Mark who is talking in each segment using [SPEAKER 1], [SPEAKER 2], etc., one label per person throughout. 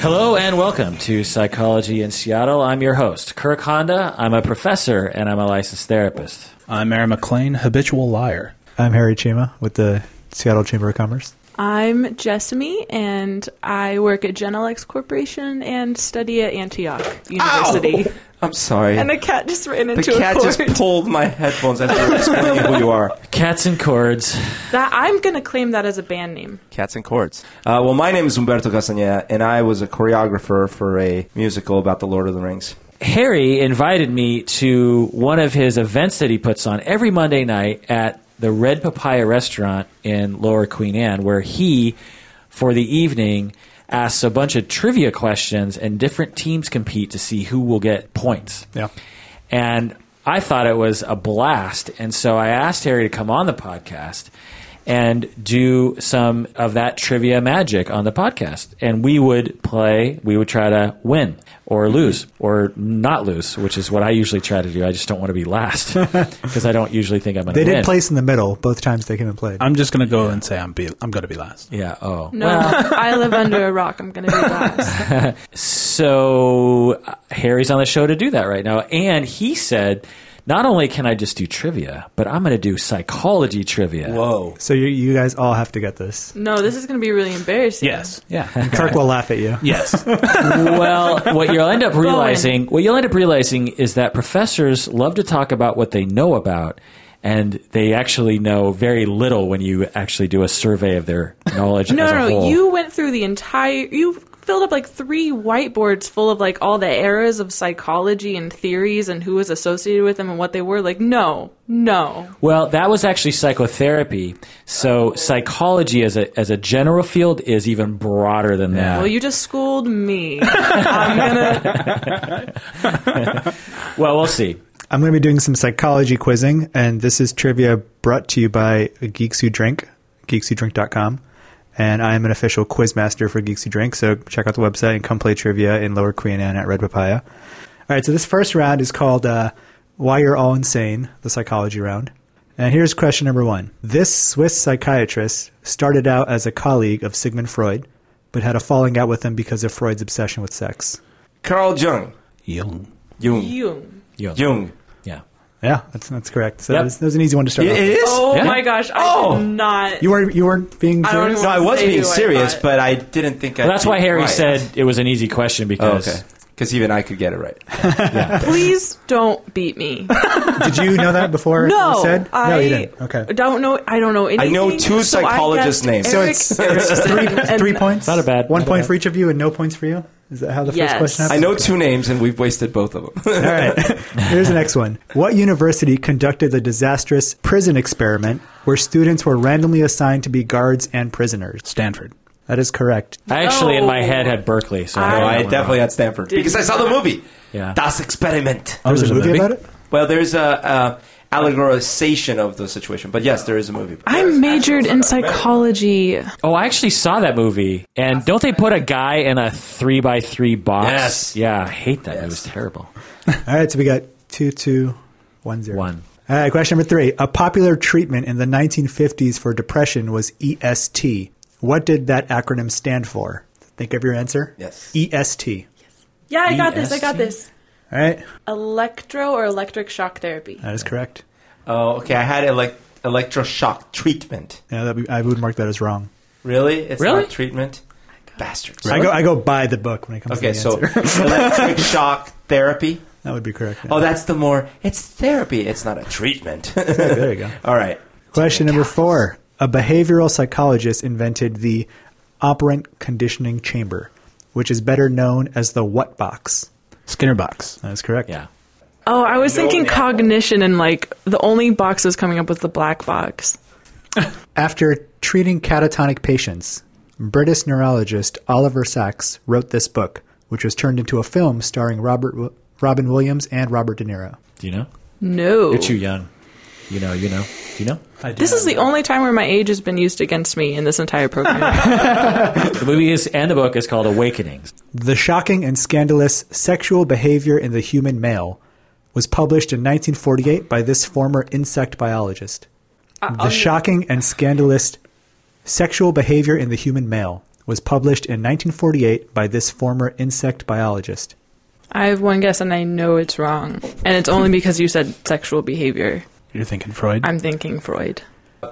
[SPEAKER 1] Hello and welcome to Psychology in Seattle. I'm your host, Kirk Honda. I'm a professor and I'm a licensed therapist.
[SPEAKER 2] I'm Aaron McLean, habitual liar.
[SPEAKER 3] I'm Harry Chima with the Seattle Chamber of Commerce.
[SPEAKER 4] I'm Jessamy, and I work at Genelex Corporation and study at Antioch University.
[SPEAKER 5] I'm sorry.
[SPEAKER 4] And the cat just ran
[SPEAKER 5] the
[SPEAKER 4] into a
[SPEAKER 5] cat
[SPEAKER 4] cord.
[SPEAKER 5] just pulled my headphones after explaining who you are.
[SPEAKER 1] Cats and cords.
[SPEAKER 4] that, I'm going to claim that as a band name.
[SPEAKER 5] Cats and chords. Uh, well, my name is Umberto Castañeda, and I was a choreographer for a musical about the Lord of the Rings.
[SPEAKER 1] Harry invited me to one of his events that he puts on every Monday night at the Red Papaya restaurant in Lower Queen Anne, where he, for the evening, asks a bunch of trivia questions and different teams compete to see who will get points.
[SPEAKER 3] Yeah.
[SPEAKER 1] And I thought it was a blast. And so I asked Harry to come on the podcast and do some of that trivia magic on the podcast. And we would play, we would try to win or lose or not lose, which is what I usually try to do. I just don't want to be last because I don't usually think I'm going to
[SPEAKER 3] They
[SPEAKER 1] win.
[SPEAKER 3] did place in the middle both times they came and played.
[SPEAKER 2] I'm just going to go and say I'm be, I'm going to be last.
[SPEAKER 1] Yeah. Oh.
[SPEAKER 4] No, I live under a rock. I'm going to be last.
[SPEAKER 1] So uh, Harry's on the show to do that right now, and he said, "Not only can I just do trivia, but I'm going to do psychology trivia."
[SPEAKER 5] Whoa.
[SPEAKER 3] so you, you guys all have to get this.
[SPEAKER 4] No, this is going to be really embarrassing.
[SPEAKER 2] Yes. Yeah.
[SPEAKER 3] Kirk will laugh at you.
[SPEAKER 2] yes.
[SPEAKER 1] well, what you'll end up realizing, what you'll end up realizing is that professors love to talk about what they know about, and they actually know very little when you actually do a survey of their knowledge.
[SPEAKER 4] No,
[SPEAKER 1] as a
[SPEAKER 4] no, no.
[SPEAKER 1] whole.
[SPEAKER 4] You went through the entire. You filled up like three whiteboards full of like all the eras of psychology and theories and who was associated with them and what they were. Like, no, no.
[SPEAKER 1] Well, that was actually psychotherapy. So psychology, as a as a general field, is even broader than that.
[SPEAKER 4] Well, you just schooled me. I'm going to.
[SPEAKER 1] well, we'll see.
[SPEAKER 3] I'm going to be doing some psychology quizzing, and this is trivia brought to you by Geeks Who Drink, geekswhodrink.com. And I'm an official quiz master for Geeks Who Drink, so check out the website and come play trivia in Lower Queen Anne at Red Papaya. All right, so this first round is called uh, Why You're All Insane, the psychology round. And here's question number one. This Swiss psychiatrist started out as a colleague of Sigmund Freud, but had a falling out with him because of Freud's obsession with sex.
[SPEAKER 5] Carl Jung.
[SPEAKER 2] Young.
[SPEAKER 5] Jung.
[SPEAKER 4] You.
[SPEAKER 1] You know,
[SPEAKER 5] Jung.
[SPEAKER 1] Yeah.
[SPEAKER 3] Yeah, that's, that's correct. So
[SPEAKER 1] Yep.
[SPEAKER 3] that, was, that was an easy one to start
[SPEAKER 5] It
[SPEAKER 3] off with.
[SPEAKER 5] is?
[SPEAKER 4] Oh
[SPEAKER 1] Yeah.
[SPEAKER 4] my gosh! I
[SPEAKER 5] Oh.
[SPEAKER 4] did not.
[SPEAKER 3] You weren't you weren't being
[SPEAKER 4] I don't
[SPEAKER 3] serious.
[SPEAKER 4] even
[SPEAKER 5] No, I was
[SPEAKER 4] Say
[SPEAKER 5] being
[SPEAKER 4] who I
[SPEAKER 5] serious,
[SPEAKER 4] thought.
[SPEAKER 5] but I didn't think I
[SPEAKER 1] Well, that's why Harry said it was an easy question
[SPEAKER 5] Oh,
[SPEAKER 1] because
[SPEAKER 5] okay. Because even I could get it right.
[SPEAKER 4] Please don't beat me.
[SPEAKER 3] Did you know that before?
[SPEAKER 4] No,
[SPEAKER 3] you said?
[SPEAKER 4] I
[SPEAKER 3] no, you didn't. Okay.
[SPEAKER 4] Don't know. I don't know anything.
[SPEAKER 5] know two
[SPEAKER 4] so I
[SPEAKER 5] psychologists'
[SPEAKER 4] guessed
[SPEAKER 5] names.
[SPEAKER 3] So
[SPEAKER 4] Eric,
[SPEAKER 3] it's, it's three,
[SPEAKER 4] and-
[SPEAKER 3] three points.
[SPEAKER 1] Not a bad-
[SPEAKER 3] One
[SPEAKER 1] not a
[SPEAKER 3] point
[SPEAKER 1] bad-
[SPEAKER 3] for each of you, and no points for you. Is that how the
[SPEAKER 4] Yes.
[SPEAKER 3] first question
[SPEAKER 5] I
[SPEAKER 3] happens?
[SPEAKER 5] know two names, and we've wasted both of them.
[SPEAKER 3] All right. Here's the next one. What university conducted the disastrous prison experiment where students were randomly assigned to be guards and prisoners?
[SPEAKER 2] Stanford.
[SPEAKER 3] That is correct.
[SPEAKER 1] I actually in my
[SPEAKER 4] No.
[SPEAKER 1] head had Berkeley. So
[SPEAKER 4] I-
[SPEAKER 5] no,
[SPEAKER 1] got
[SPEAKER 5] Oh, I
[SPEAKER 1] that one
[SPEAKER 5] definitely had Stanford. Because I saw the movie.
[SPEAKER 1] Yeah.
[SPEAKER 5] Das Experiment.
[SPEAKER 3] There was
[SPEAKER 2] there's
[SPEAKER 3] a
[SPEAKER 2] a
[SPEAKER 3] movie
[SPEAKER 2] movie.
[SPEAKER 3] about it.
[SPEAKER 5] Well, there's a uh, allegorization of the situation, but yes, there is a movie.
[SPEAKER 4] I majored in psychology.
[SPEAKER 1] Oh, I actually saw that movie. And don't they put a guy in a three by three box?
[SPEAKER 5] Yes.
[SPEAKER 1] Yeah, I hate that. It was
[SPEAKER 5] Yes.
[SPEAKER 1] terrible.
[SPEAKER 3] All right. So we got two, two, one, zero.
[SPEAKER 1] One.
[SPEAKER 3] All right, Uh, question number three. A popular treatment in the 1950s for depression was EST. What did that acronym stand for? Think of your answer.
[SPEAKER 5] Yes.
[SPEAKER 3] EST.
[SPEAKER 4] Yeah, I got this. I got this.
[SPEAKER 3] All right,
[SPEAKER 4] Electro or electric shock therapy.
[SPEAKER 3] that is correct.
[SPEAKER 5] Oh, okay. I had elec- electroshock treatment.
[SPEAKER 3] Yeah, that'd be, I would mark that as wrong.
[SPEAKER 5] Really? It's
[SPEAKER 1] Really?
[SPEAKER 5] not treatment? Bastards.
[SPEAKER 3] I go I go by the book when it comes
[SPEAKER 5] Okay,
[SPEAKER 3] to the
[SPEAKER 5] so
[SPEAKER 3] answer.
[SPEAKER 5] electric shock therapy.
[SPEAKER 3] That would be correct. yeah.
[SPEAKER 5] Oh, that's the more. It's therapy. It's not a treatment.
[SPEAKER 3] there you go.
[SPEAKER 5] All right.
[SPEAKER 3] Question number four. A behavioral psychologist invented the operant conditioning chamber, which is better known as the what box.
[SPEAKER 2] Skinner box.
[SPEAKER 3] That is correct.
[SPEAKER 1] Yeah.
[SPEAKER 4] Oh, I was
[SPEAKER 5] No,
[SPEAKER 4] thinking
[SPEAKER 5] man.
[SPEAKER 4] cognition, and like the only box was coming up with the black box.
[SPEAKER 3] After treating catatonic patients, British neurologist Oliver Sacks wrote this book, which was turned into a film starring Robert Wi- Robin Williams and Robert De Niro.
[SPEAKER 1] Do you know?
[SPEAKER 4] No,
[SPEAKER 1] You're too young. You know, you know. Do you know?
[SPEAKER 4] this is the only time where my age has been used against me in this entire program.
[SPEAKER 1] The movie is and the book is called Awakenings.
[SPEAKER 3] The shocking and scandalous Sexual Behavior in the Human Male was published in 1948 by this former insect biologist. The shocking and scandalous Sexual Behavior in the Human Male was published in 1948 by this former insect biologist.
[SPEAKER 4] I have one guess and I know it's wrong. And it's only because you said sexual behavior.
[SPEAKER 2] You're thinking Freud? i
[SPEAKER 4] I'm thinking Freud.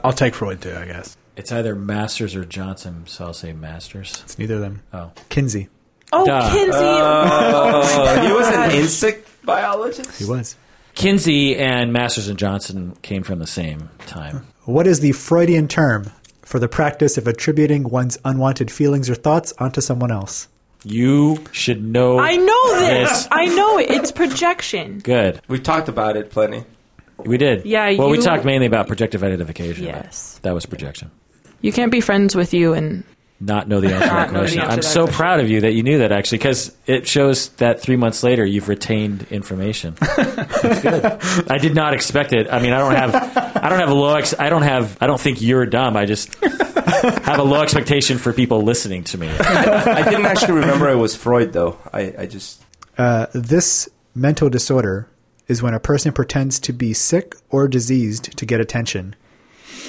[SPEAKER 2] will take Freud too, I guess.
[SPEAKER 1] It's either Masters or Johnson, so I'll say Masters.
[SPEAKER 3] It's neither of them.
[SPEAKER 1] Oh.
[SPEAKER 3] Kinsey.
[SPEAKER 4] Oh,
[SPEAKER 1] Duh.
[SPEAKER 4] Kinsey!
[SPEAKER 5] Uh, he was an insect biologist.
[SPEAKER 3] He was.
[SPEAKER 1] Kinsey and Masters and Johnson came from the same time.
[SPEAKER 3] What is the Freudian term for the practice of attributing one's unwanted feelings or thoughts onto someone else?
[SPEAKER 1] You should know.
[SPEAKER 4] I know this.
[SPEAKER 1] Yes.
[SPEAKER 4] I know it. It's projection.
[SPEAKER 1] Good.
[SPEAKER 5] We talked about it plenty.
[SPEAKER 1] We did.
[SPEAKER 4] Yeah,
[SPEAKER 1] Well, we
[SPEAKER 4] you-
[SPEAKER 1] talked mainly about projective identification. but
[SPEAKER 4] Yes.
[SPEAKER 1] That was projection.
[SPEAKER 4] You can't be friends with you and
[SPEAKER 1] Not know the answer to that
[SPEAKER 4] Not know the
[SPEAKER 1] question.
[SPEAKER 4] answer to
[SPEAKER 1] I'm
[SPEAKER 4] that
[SPEAKER 1] so
[SPEAKER 4] question.
[SPEAKER 1] proud of you that you knew that actually, because it shows that three months later you've retained information. That's good. I did not expect it. I mean, I don't have, I don't have a low. Ex- I don't have. I don't think you're dumb. I just have a low expectation for people listening to me.
[SPEAKER 5] I didn't actually remember it was Freud though. I, I just
[SPEAKER 3] Uh, this mental disorder is when a person pretends to be sick or diseased to get attention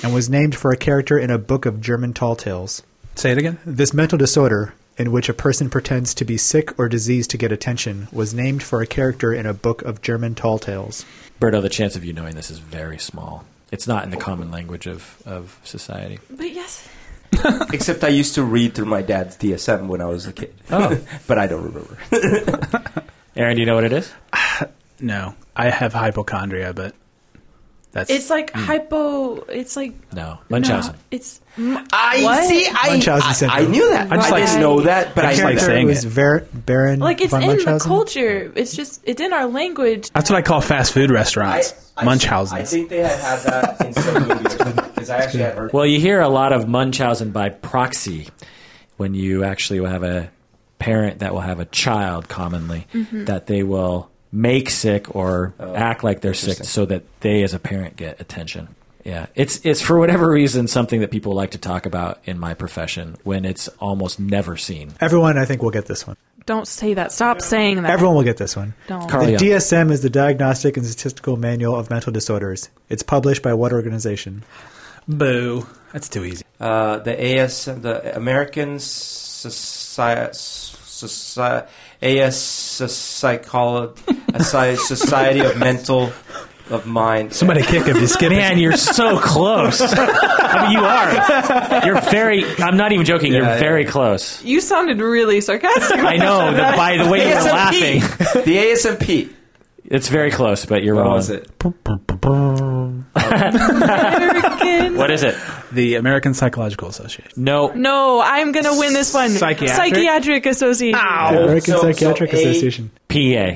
[SPEAKER 3] and was named for a character in a book of German tall tales.
[SPEAKER 2] Say it again.
[SPEAKER 3] This mental disorder, in which a person pretends to be sick or diseased to get attention, was named for a character in a book of German tall tales.
[SPEAKER 1] Berto, the chance of you knowing this is very small. It's not in the common language of, of society.
[SPEAKER 4] But yes.
[SPEAKER 5] except I used to read through my dad's DSM when I was a kid.
[SPEAKER 1] Oh.
[SPEAKER 5] but I don't remember.
[SPEAKER 1] Aaron, do you know what it is?
[SPEAKER 2] No. I have hypochondria, but that's.
[SPEAKER 4] It's like
[SPEAKER 1] Hmm.
[SPEAKER 4] hypo it's like
[SPEAKER 1] No. Munchausen.
[SPEAKER 4] No, it's
[SPEAKER 5] I
[SPEAKER 4] What?
[SPEAKER 5] see. I,
[SPEAKER 3] Munchausen
[SPEAKER 5] I,
[SPEAKER 3] syndrome.
[SPEAKER 5] I knew that. I,
[SPEAKER 2] I just
[SPEAKER 4] like-
[SPEAKER 5] didn't know that, but I
[SPEAKER 2] just
[SPEAKER 5] knew
[SPEAKER 2] like
[SPEAKER 5] that.
[SPEAKER 2] saying-
[SPEAKER 3] It was Ver- Baron
[SPEAKER 4] like it's
[SPEAKER 3] von
[SPEAKER 4] in the
[SPEAKER 3] Munchausen?
[SPEAKER 4] culture. It's just it's in our language.
[SPEAKER 2] That's what I call fast food
[SPEAKER 5] I-
[SPEAKER 2] restaurants.
[SPEAKER 5] I-
[SPEAKER 2] Munchausen.
[SPEAKER 5] I think they had had that in some movies because I actually had heard.
[SPEAKER 1] Well, you hear a lot of Munchausen by proxy when you actually will have a parent that will have a child commonly that they will make sick or act like they're sick
[SPEAKER 5] Oh, interesting.
[SPEAKER 1] so that they as a parent get attention. Yeah, it's it's for whatever reason something that people like to talk about in my profession when it's almost never seen.
[SPEAKER 3] Everyone, I think, will get this one.
[SPEAKER 4] Don't say that. Stop saying that.
[SPEAKER 3] Everyone will get this one.
[SPEAKER 4] Don't.
[SPEAKER 1] Carl
[SPEAKER 3] the
[SPEAKER 1] Jung.
[SPEAKER 3] DSM is the Diagnostic and Statistical Manual of Mental Disorders. It's published by what organization?
[SPEAKER 2] Boo. That's too easy.
[SPEAKER 5] Uh, the AS, the American Society, Soci AS Psychology, Society of Mental of Mind.
[SPEAKER 2] Somebody kick him. You skip it.
[SPEAKER 1] Man, you're so close. I mean, you are. You're very. I'm not even joking.
[SPEAKER 5] Yeah,
[SPEAKER 1] you're
[SPEAKER 5] yeah,
[SPEAKER 1] very
[SPEAKER 5] yeah.
[SPEAKER 1] close.
[SPEAKER 4] You sounded really sarcastic.
[SPEAKER 1] I know. The, by the way you're
[SPEAKER 5] ASMP.
[SPEAKER 1] laughing,
[SPEAKER 5] the ASMP.
[SPEAKER 1] it's very close, but you're
[SPEAKER 5] What
[SPEAKER 1] wrong.
[SPEAKER 5] was it?
[SPEAKER 4] American.
[SPEAKER 1] What is it?
[SPEAKER 2] The American Psychological Association.
[SPEAKER 1] No.
[SPEAKER 4] No, I'm gonna win this one.
[SPEAKER 2] Psychiatric?
[SPEAKER 4] Psychiatric association.
[SPEAKER 3] The American
[SPEAKER 5] so- so
[SPEAKER 3] Psychiatric
[SPEAKER 5] A-
[SPEAKER 3] Association.
[SPEAKER 1] PA,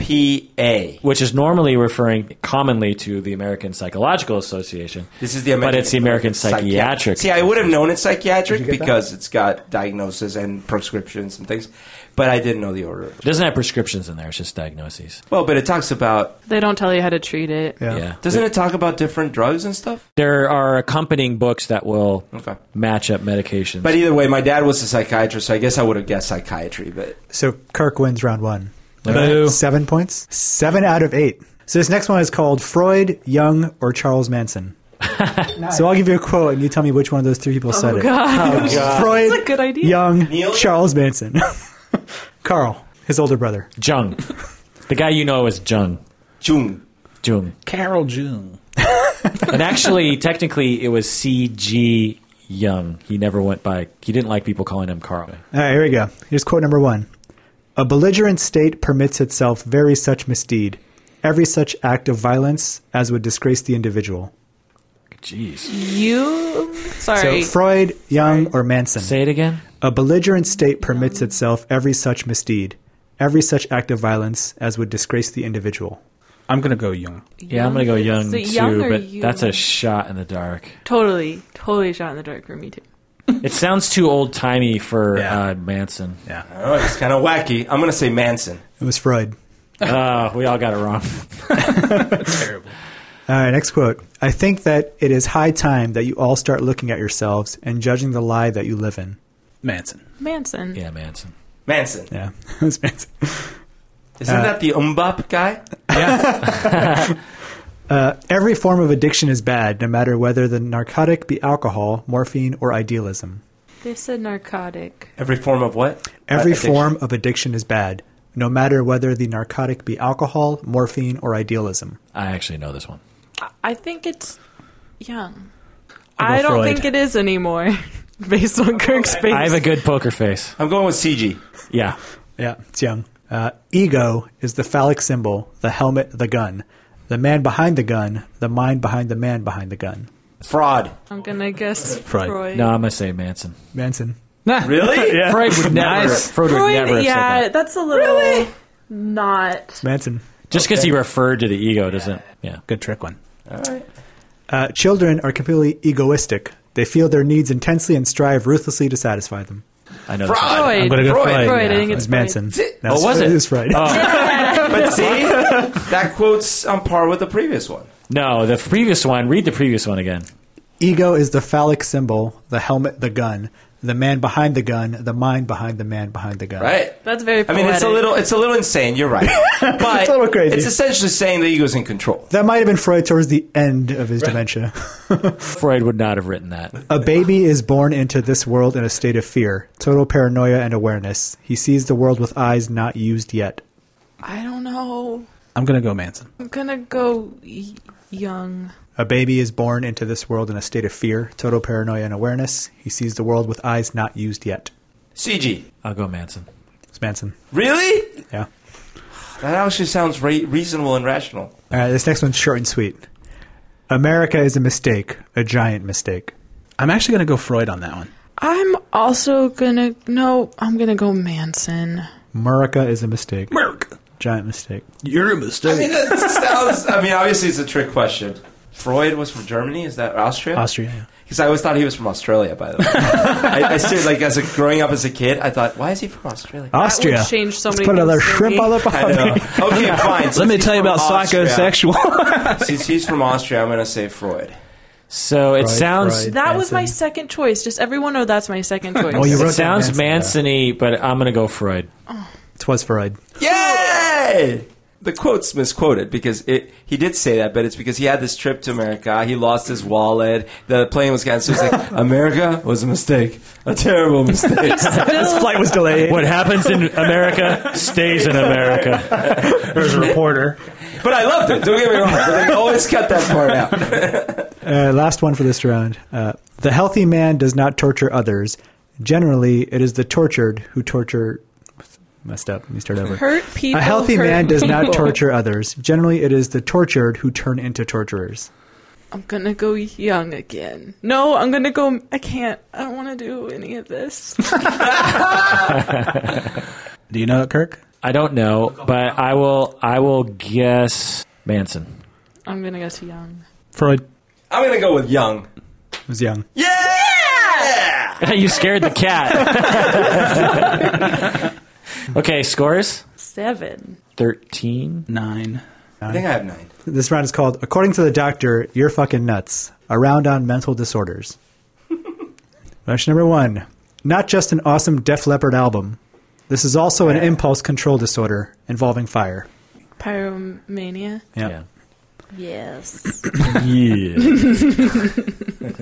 [SPEAKER 5] PA.
[SPEAKER 1] which is normally referring commonly to the American Psychological Association.
[SPEAKER 5] This is the American.
[SPEAKER 1] But it's the American Psychiatric.
[SPEAKER 5] See, I would have known it's psychiatric
[SPEAKER 3] get that?
[SPEAKER 5] because it's got diagnosis and prescriptions and things, but I didn't know the order.
[SPEAKER 1] It doesn't have prescriptions in there, it's just diagnoses.
[SPEAKER 5] Well, but it talks about.
[SPEAKER 4] They don't tell you how to treat it.
[SPEAKER 1] Yeah.
[SPEAKER 5] Doesn't it talk about different drugs and stuff?
[SPEAKER 1] There are accompanying books that will
[SPEAKER 5] Okay.
[SPEAKER 1] match up medications.
[SPEAKER 5] But either way, my dad was a psychiatrist, so I guess I would have guessed psychiatry. But
[SPEAKER 3] So Kirk wins round one.
[SPEAKER 2] Boo.
[SPEAKER 3] Seven points. Seven out of eight. So this next one is called Freud, Young, or Charles Manson. So I'll give you a quote and you tell me which one of those three people said
[SPEAKER 4] Oh
[SPEAKER 3] it.
[SPEAKER 4] god.
[SPEAKER 3] Freud,
[SPEAKER 4] That's a good idea.
[SPEAKER 3] Young,
[SPEAKER 5] Neil?
[SPEAKER 3] Charles Manson. Carl, his older brother.
[SPEAKER 1] Jung. the guy you know is Jung.
[SPEAKER 5] Jung.
[SPEAKER 1] Jung.
[SPEAKER 2] Carol June.
[SPEAKER 1] And actually, technically, it was C.G. Young. He never went by, he didn't like people calling him Carl.
[SPEAKER 3] All right, here we go. Here's quote number one A belligerent state permits itself very such misdeed, every such act of violence as would disgrace the individual.
[SPEAKER 1] Jeez.
[SPEAKER 4] You. Sorry.
[SPEAKER 3] So Freud, Young, or Manson?
[SPEAKER 1] Say it again.
[SPEAKER 3] A belligerent state permits itself every such misdeed, every such act of violence as would disgrace the individual.
[SPEAKER 2] I'm going to go Jung.
[SPEAKER 1] Yeah, I'm going to go Young
[SPEAKER 4] So
[SPEAKER 1] too,
[SPEAKER 4] Jung or
[SPEAKER 1] but
[SPEAKER 4] Jung?
[SPEAKER 1] that's a shot in the dark.
[SPEAKER 4] totally, totally shot in the dark for me too.
[SPEAKER 1] It sounds too old timey for
[SPEAKER 2] Yeah.
[SPEAKER 1] uh, Manson.
[SPEAKER 2] Yeah.
[SPEAKER 5] Oh, it's kind of wacky. I'm going to say Manson.
[SPEAKER 3] It was Freud.
[SPEAKER 1] Uh, we all got it wrong.
[SPEAKER 2] Terrible.
[SPEAKER 3] All right, next quote. I think that it is high time that you all start looking at yourselves and judging the lie that you live in.
[SPEAKER 2] Manson.
[SPEAKER 4] Manson.
[SPEAKER 1] Yeah, Manson.
[SPEAKER 5] Manson.
[SPEAKER 3] Yeah. It was Manson.
[SPEAKER 5] Isn't
[SPEAKER 3] Uh,
[SPEAKER 5] that the umbop guy?
[SPEAKER 3] uh, every form of addiction is bad, no matter whether the narcotic be alcohol, morphine, or idealism.
[SPEAKER 4] They said narcotic.
[SPEAKER 5] Every form of what?
[SPEAKER 3] Every
[SPEAKER 5] Uh, addiction.
[SPEAKER 3] form of addiction is bad, no matter whether the narcotic be alcohol, morphine, or idealism.
[SPEAKER 1] I actually know this one.
[SPEAKER 4] I- I think it's young.
[SPEAKER 2] I'll go
[SPEAKER 4] I don't
[SPEAKER 2] Freud.
[SPEAKER 4] think it is anymore, based on Kirk's face.
[SPEAKER 1] I have a good poker face.
[SPEAKER 5] I'm going with CG.
[SPEAKER 1] Yeah.
[SPEAKER 3] Yeah, it's young. Uh, ego is the phallic symbol, the helmet, the gun, the man behind the gun, the mind behind the man behind the gun.
[SPEAKER 5] Fraud.
[SPEAKER 4] I'm gonna guess Freud.
[SPEAKER 2] Freud.
[SPEAKER 1] No, I'm gonna say Manson.
[SPEAKER 3] Manson.
[SPEAKER 5] Really?
[SPEAKER 2] Yeah.
[SPEAKER 1] Freud would never.
[SPEAKER 2] Nice.
[SPEAKER 1] Freud would
[SPEAKER 4] Freud,
[SPEAKER 1] never have
[SPEAKER 4] yeah,
[SPEAKER 1] said that.
[SPEAKER 4] that's a little not.
[SPEAKER 3] Manson.
[SPEAKER 1] Just because he referred to the ego doesn't. Yeah.
[SPEAKER 2] Good trick one.
[SPEAKER 3] Uh, children are completely egoistic. They feel their needs intensely and strive ruthlessly to satisfy them.
[SPEAKER 1] I know. This
[SPEAKER 5] Fraud.
[SPEAKER 1] one.
[SPEAKER 4] Freud.
[SPEAKER 2] I'm gonna go
[SPEAKER 5] Freud.
[SPEAKER 2] Freud.
[SPEAKER 4] Freud, I think
[SPEAKER 3] It's
[SPEAKER 4] it's Freud.
[SPEAKER 3] Manson. No,
[SPEAKER 1] Oh,
[SPEAKER 3] it's-
[SPEAKER 1] was it?
[SPEAKER 3] It's Freud.
[SPEAKER 5] But see, that quote's on par with the previous one.
[SPEAKER 1] No, the previous one. Read the previous one again.
[SPEAKER 3] Ego is the phallic symbol, the helmet, the gun, the man behind the gun, the mind behind the man behind the gun.
[SPEAKER 5] Right.
[SPEAKER 4] That's very.
[SPEAKER 5] I
[SPEAKER 4] Poetic.
[SPEAKER 5] mean, it's a little, it's a little insane. You're right, but
[SPEAKER 3] It's a little crazy.
[SPEAKER 5] It's essentially saying the ego's in control.
[SPEAKER 3] That might have been Freud towards the end of his dementia.
[SPEAKER 1] Freud would not have written that.
[SPEAKER 3] A baby is born into this world in a state of fear, total paranoia and awareness. He sees the world with eyes not used yet.
[SPEAKER 4] I don't know.
[SPEAKER 2] I'm gonna go Manson.
[SPEAKER 4] I'm gonna go y- young.
[SPEAKER 3] A baby is born into this world in a state of fear, total paranoia and awareness. He sees the world with eyes not used yet.
[SPEAKER 5] CG.
[SPEAKER 1] I'll go Manson.
[SPEAKER 3] It's Manson.
[SPEAKER 5] Really?
[SPEAKER 3] Yeah.
[SPEAKER 5] That actually sounds re- reasonable and rational.
[SPEAKER 3] All right, this next one's short and sweet. America is a mistake, a giant mistake.
[SPEAKER 2] I'm actually gonna go Freud on that one.
[SPEAKER 4] I'm also gonna no. I'm gonna go Manson.
[SPEAKER 3] America is a mistake,
[SPEAKER 2] Merc.
[SPEAKER 3] giant mistake.
[SPEAKER 2] You're a
[SPEAKER 5] I mean,
[SPEAKER 2] mistake.
[SPEAKER 5] that sounds. I mean, obviously, it's a trick question. Freud was from Germany. Is that Austria?
[SPEAKER 2] Austria. yeah.
[SPEAKER 5] Because I always thought he was from Australia. By the way, I, I seriously, like as a growing up as a kid, I thought, why is he from Australia?
[SPEAKER 3] Austria.
[SPEAKER 4] That would change so
[SPEAKER 3] Let's
[SPEAKER 4] many
[SPEAKER 3] put another
[SPEAKER 4] things for
[SPEAKER 3] shrimp
[SPEAKER 4] me.
[SPEAKER 3] all up
[SPEAKER 5] I
[SPEAKER 3] on
[SPEAKER 5] know.
[SPEAKER 3] it.
[SPEAKER 5] Okay, fine.
[SPEAKER 2] Let
[SPEAKER 5] Since
[SPEAKER 2] me
[SPEAKER 5] he's
[SPEAKER 2] tell you
[SPEAKER 5] from
[SPEAKER 2] about
[SPEAKER 5] Austria-
[SPEAKER 2] psychosexual.
[SPEAKER 5] Since he's from Austria, I'm going to say Freud.
[SPEAKER 1] So it
[SPEAKER 3] Freud,
[SPEAKER 1] sounds.
[SPEAKER 3] Freud.
[SPEAKER 4] That was my
[SPEAKER 3] Manson.
[SPEAKER 4] second choice. Just everyone know that's my second choice.
[SPEAKER 3] Well, Oh, you wrote
[SPEAKER 1] It
[SPEAKER 3] down
[SPEAKER 1] sounds
[SPEAKER 3] Manson,
[SPEAKER 1] Manson-y, but I'm gonna go Freud.
[SPEAKER 3] Twas Freud.
[SPEAKER 5] Yay! The quote's misquoted because it, he did say that, but it's because he had this trip to America. He lost his wallet. The plane was canceled. So he's like, America was a mistake. A terrible mistake.
[SPEAKER 3] This flight was delayed.
[SPEAKER 1] What happens in America stays in America.
[SPEAKER 3] There's a reporter.
[SPEAKER 5] but I loved it. Don't get me wrong. But they always cut that part out.
[SPEAKER 3] Uh, last one for this round. Uh, the healthy man does not torture others. Generally, it is the tortured who torture. Messed up. Let me start over.
[SPEAKER 4] Hurt people.
[SPEAKER 3] A healthy
[SPEAKER 4] hurt
[SPEAKER 3] man does not
[SPEAKER 4] people.
[SPEAKER 3] torture others. Generally, it is the tortured who turn into torturers.
[SPEAKER 4] I'm gonna go young again. No, I'm gonna go. I can't. I don't want to do any of this.
[SPEAKER 2] Do you know it, Kirk?
[SPEAKER 1] I don't know, but I will. I will guess Manson.
[SPEAKER 4] I'm gonna guess young.
[SPEAKER 2] Freud.
[SPEAKER 5] I'm going to go with Young.
[SPEAKER 3] It was young.
[SPEAKER 5] Yeah!
[SPEAKER 1] you scared the cat. okay, scores
[SPEAKER 4] Seven.
[SPEAKER 1] thirteen.
[SPEAKER 2] Nine.
[SPEAKER 5] I think I have nine.
[SPEAKER 3] This round is called According to the Doctor, You're Fucking Nuts. A round on mental disorders. Question number one. Not just an awesome Def Leppard album. This is also an impulse control disorder involving fire.
[SPEAKER 4] Pyromania.
[SPEAKER 1] Yeah.
[SPEAKER 4] Yes.
[SPEAKER 1] Yeah.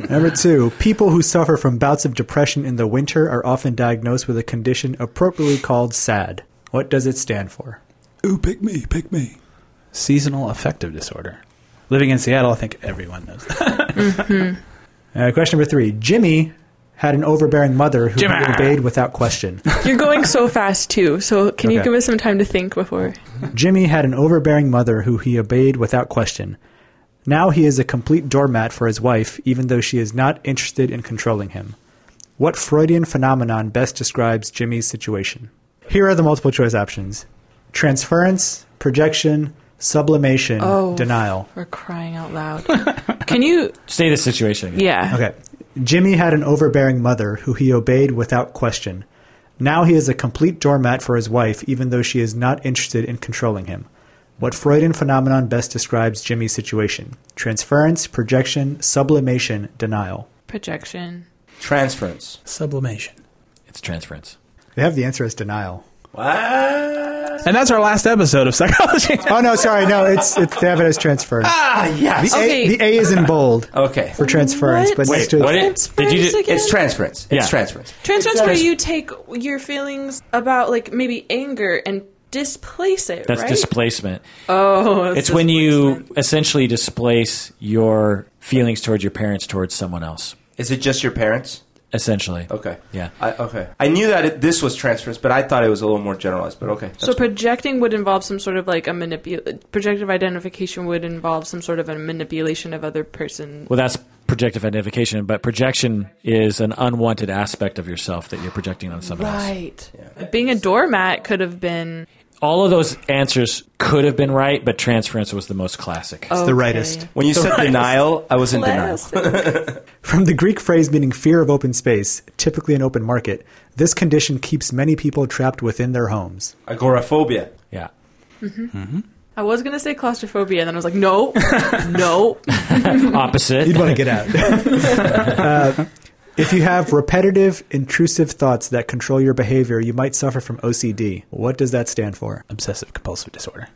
[SPEAKER 3] Number two, people who suffer from bouts of depression in the winter are often diagnosed with a condition appropriately called SAD. What does it stand for?
[SPEAKER 2] Ooh, pick me, pick me. Seasonal affective disorder. Living in Seattle, I think everyone knows that.
[SPEAKER 3] Uh, question number three, Jimmy had an overbearing mother who he
[SPEAKER 2] Jimmy!
[SPEAKER 3] obeyed without question.
[SPEAKER 4] You're going so fast too. So can you
[SPEAKER 3] Okay. Mm-hmm.
[SPEAKER 4] give us some time to think before?
[SPEAKER 3] Jimmy had an overbearing mother who he obeyed without question. Now he is a complete doormat for his wife, even though she is not interested in controlling him. What Freudian phenomenon best describes Jimmy's situation? Here are the multiple choice options transference, projection, sublimation,
[SPEAKER 4] Oh.
[SPEAKER 3] denial.
[SPEAKER 4] We're crying out loud. Can you?
[SPEAKER 1] Stay the situation. again.
[SPEAKER 4] Yeah.
[SPEAKER 3] Okay. Jimmy had an overbearing mother who he obeyed without question. Now he is a complete doormat for his wife, even though she is not interested in controlling him. What Freudian phenomenon best describes Jimmy's situation? Transference, projection, sublimation, denial.
[SPEAKER 4] Projection.
[SPEAKER 5] Transference.
[SPEAKER 2] Sublimation.
[SPEAKER 1] It's transference.
[SPEAKER 3] They have the answer as denial.
[SPEAKER 5] Wow.
[SPEAKER 2] And that's our last episode of Psychology.
[SPEAKER 3] Oh no, sorry, no, it's it's they have it as transference.
[SPEAKER 5] Ah, Oh. yes.
[SPEAKER 3] The,
[SPEAKER 4] Okay.
[SPEAKER 3] A, the A is in bold
[SPEAKER 5] Okay.
[SPEAKER 3] for transference,
[SPEAKER 4] What?
[SPEAKER 3] but
[SPEAKER 1] Wait,
[SPEAKER 3] next to
[SPEAKER 1] what
[SPEAKER 3] it,
[SPEAKER 1] did- did you do-
[SPEAKER 5] It's transference. It's
[SPEAKER 1] Yeah.
[SPEAKER 5] transference.
[SPEAKER 4] Transference where you take your feelings about like maybe anger and displace it.
[SPEAKER 1] That's
[SPEAKER 4] right?
[SPEAKER 1] displacement.
[SPEAKER 4] Oh, that's
[SPEAKER 1] It's when you
[SPEAKER 4] displacement.
[SPEAKER 1] essentially displace your feelings towards your parents towards someone else.
[SPEAKER 5] Is it just your parents?
[SPEAKER 1] Essentially.
[SPEAKER 5] Okay.
[SPEAKER 1] Yeah.
[SPEAKER 5] I, okay. I knew that it, this was transference, but I thought it was a little more generalized. But okay.
[SPEAKER 4] So projecting would involve some sort of like a manipul. Projective identification would involve some sort of a manipulation of other person.
[SPEAKER 1] Well, that's projective identification, but projection is an unwanted aspect of yourself that you're projecting on someone else.
[SPEAKER 4] Right. Being a doormat could have been
[SPEAKER 1] All of those answers could have been right, but transference was the most classic.
[SPEAKER 4] Oh.
[SPEAKER 3] the rightest.
[SPEAKER 5] when you said denial, I was in denial.
[SPEAKER 4] Classic.
[SPEAKER 3] From the Greek phrase meaning fear of open space, typically an open market, this condition keeps many people trapped within their homes.
[SPEAKER 5] Agoraphobia.
[SPEAKER 1] Yeah.
[SPEAKER 4] I was gonna say claustrophobia, and then I was like, no, no.
[SPEAKER 1] Opposite.
[SPEAKER 3] You'd want to get out. uh, if you have repetitive, intrusive thoughts that control your behavior, you might suffer from OCD. What does that stand for?
[SPEAKER 2] Obsessive compulsive disorder.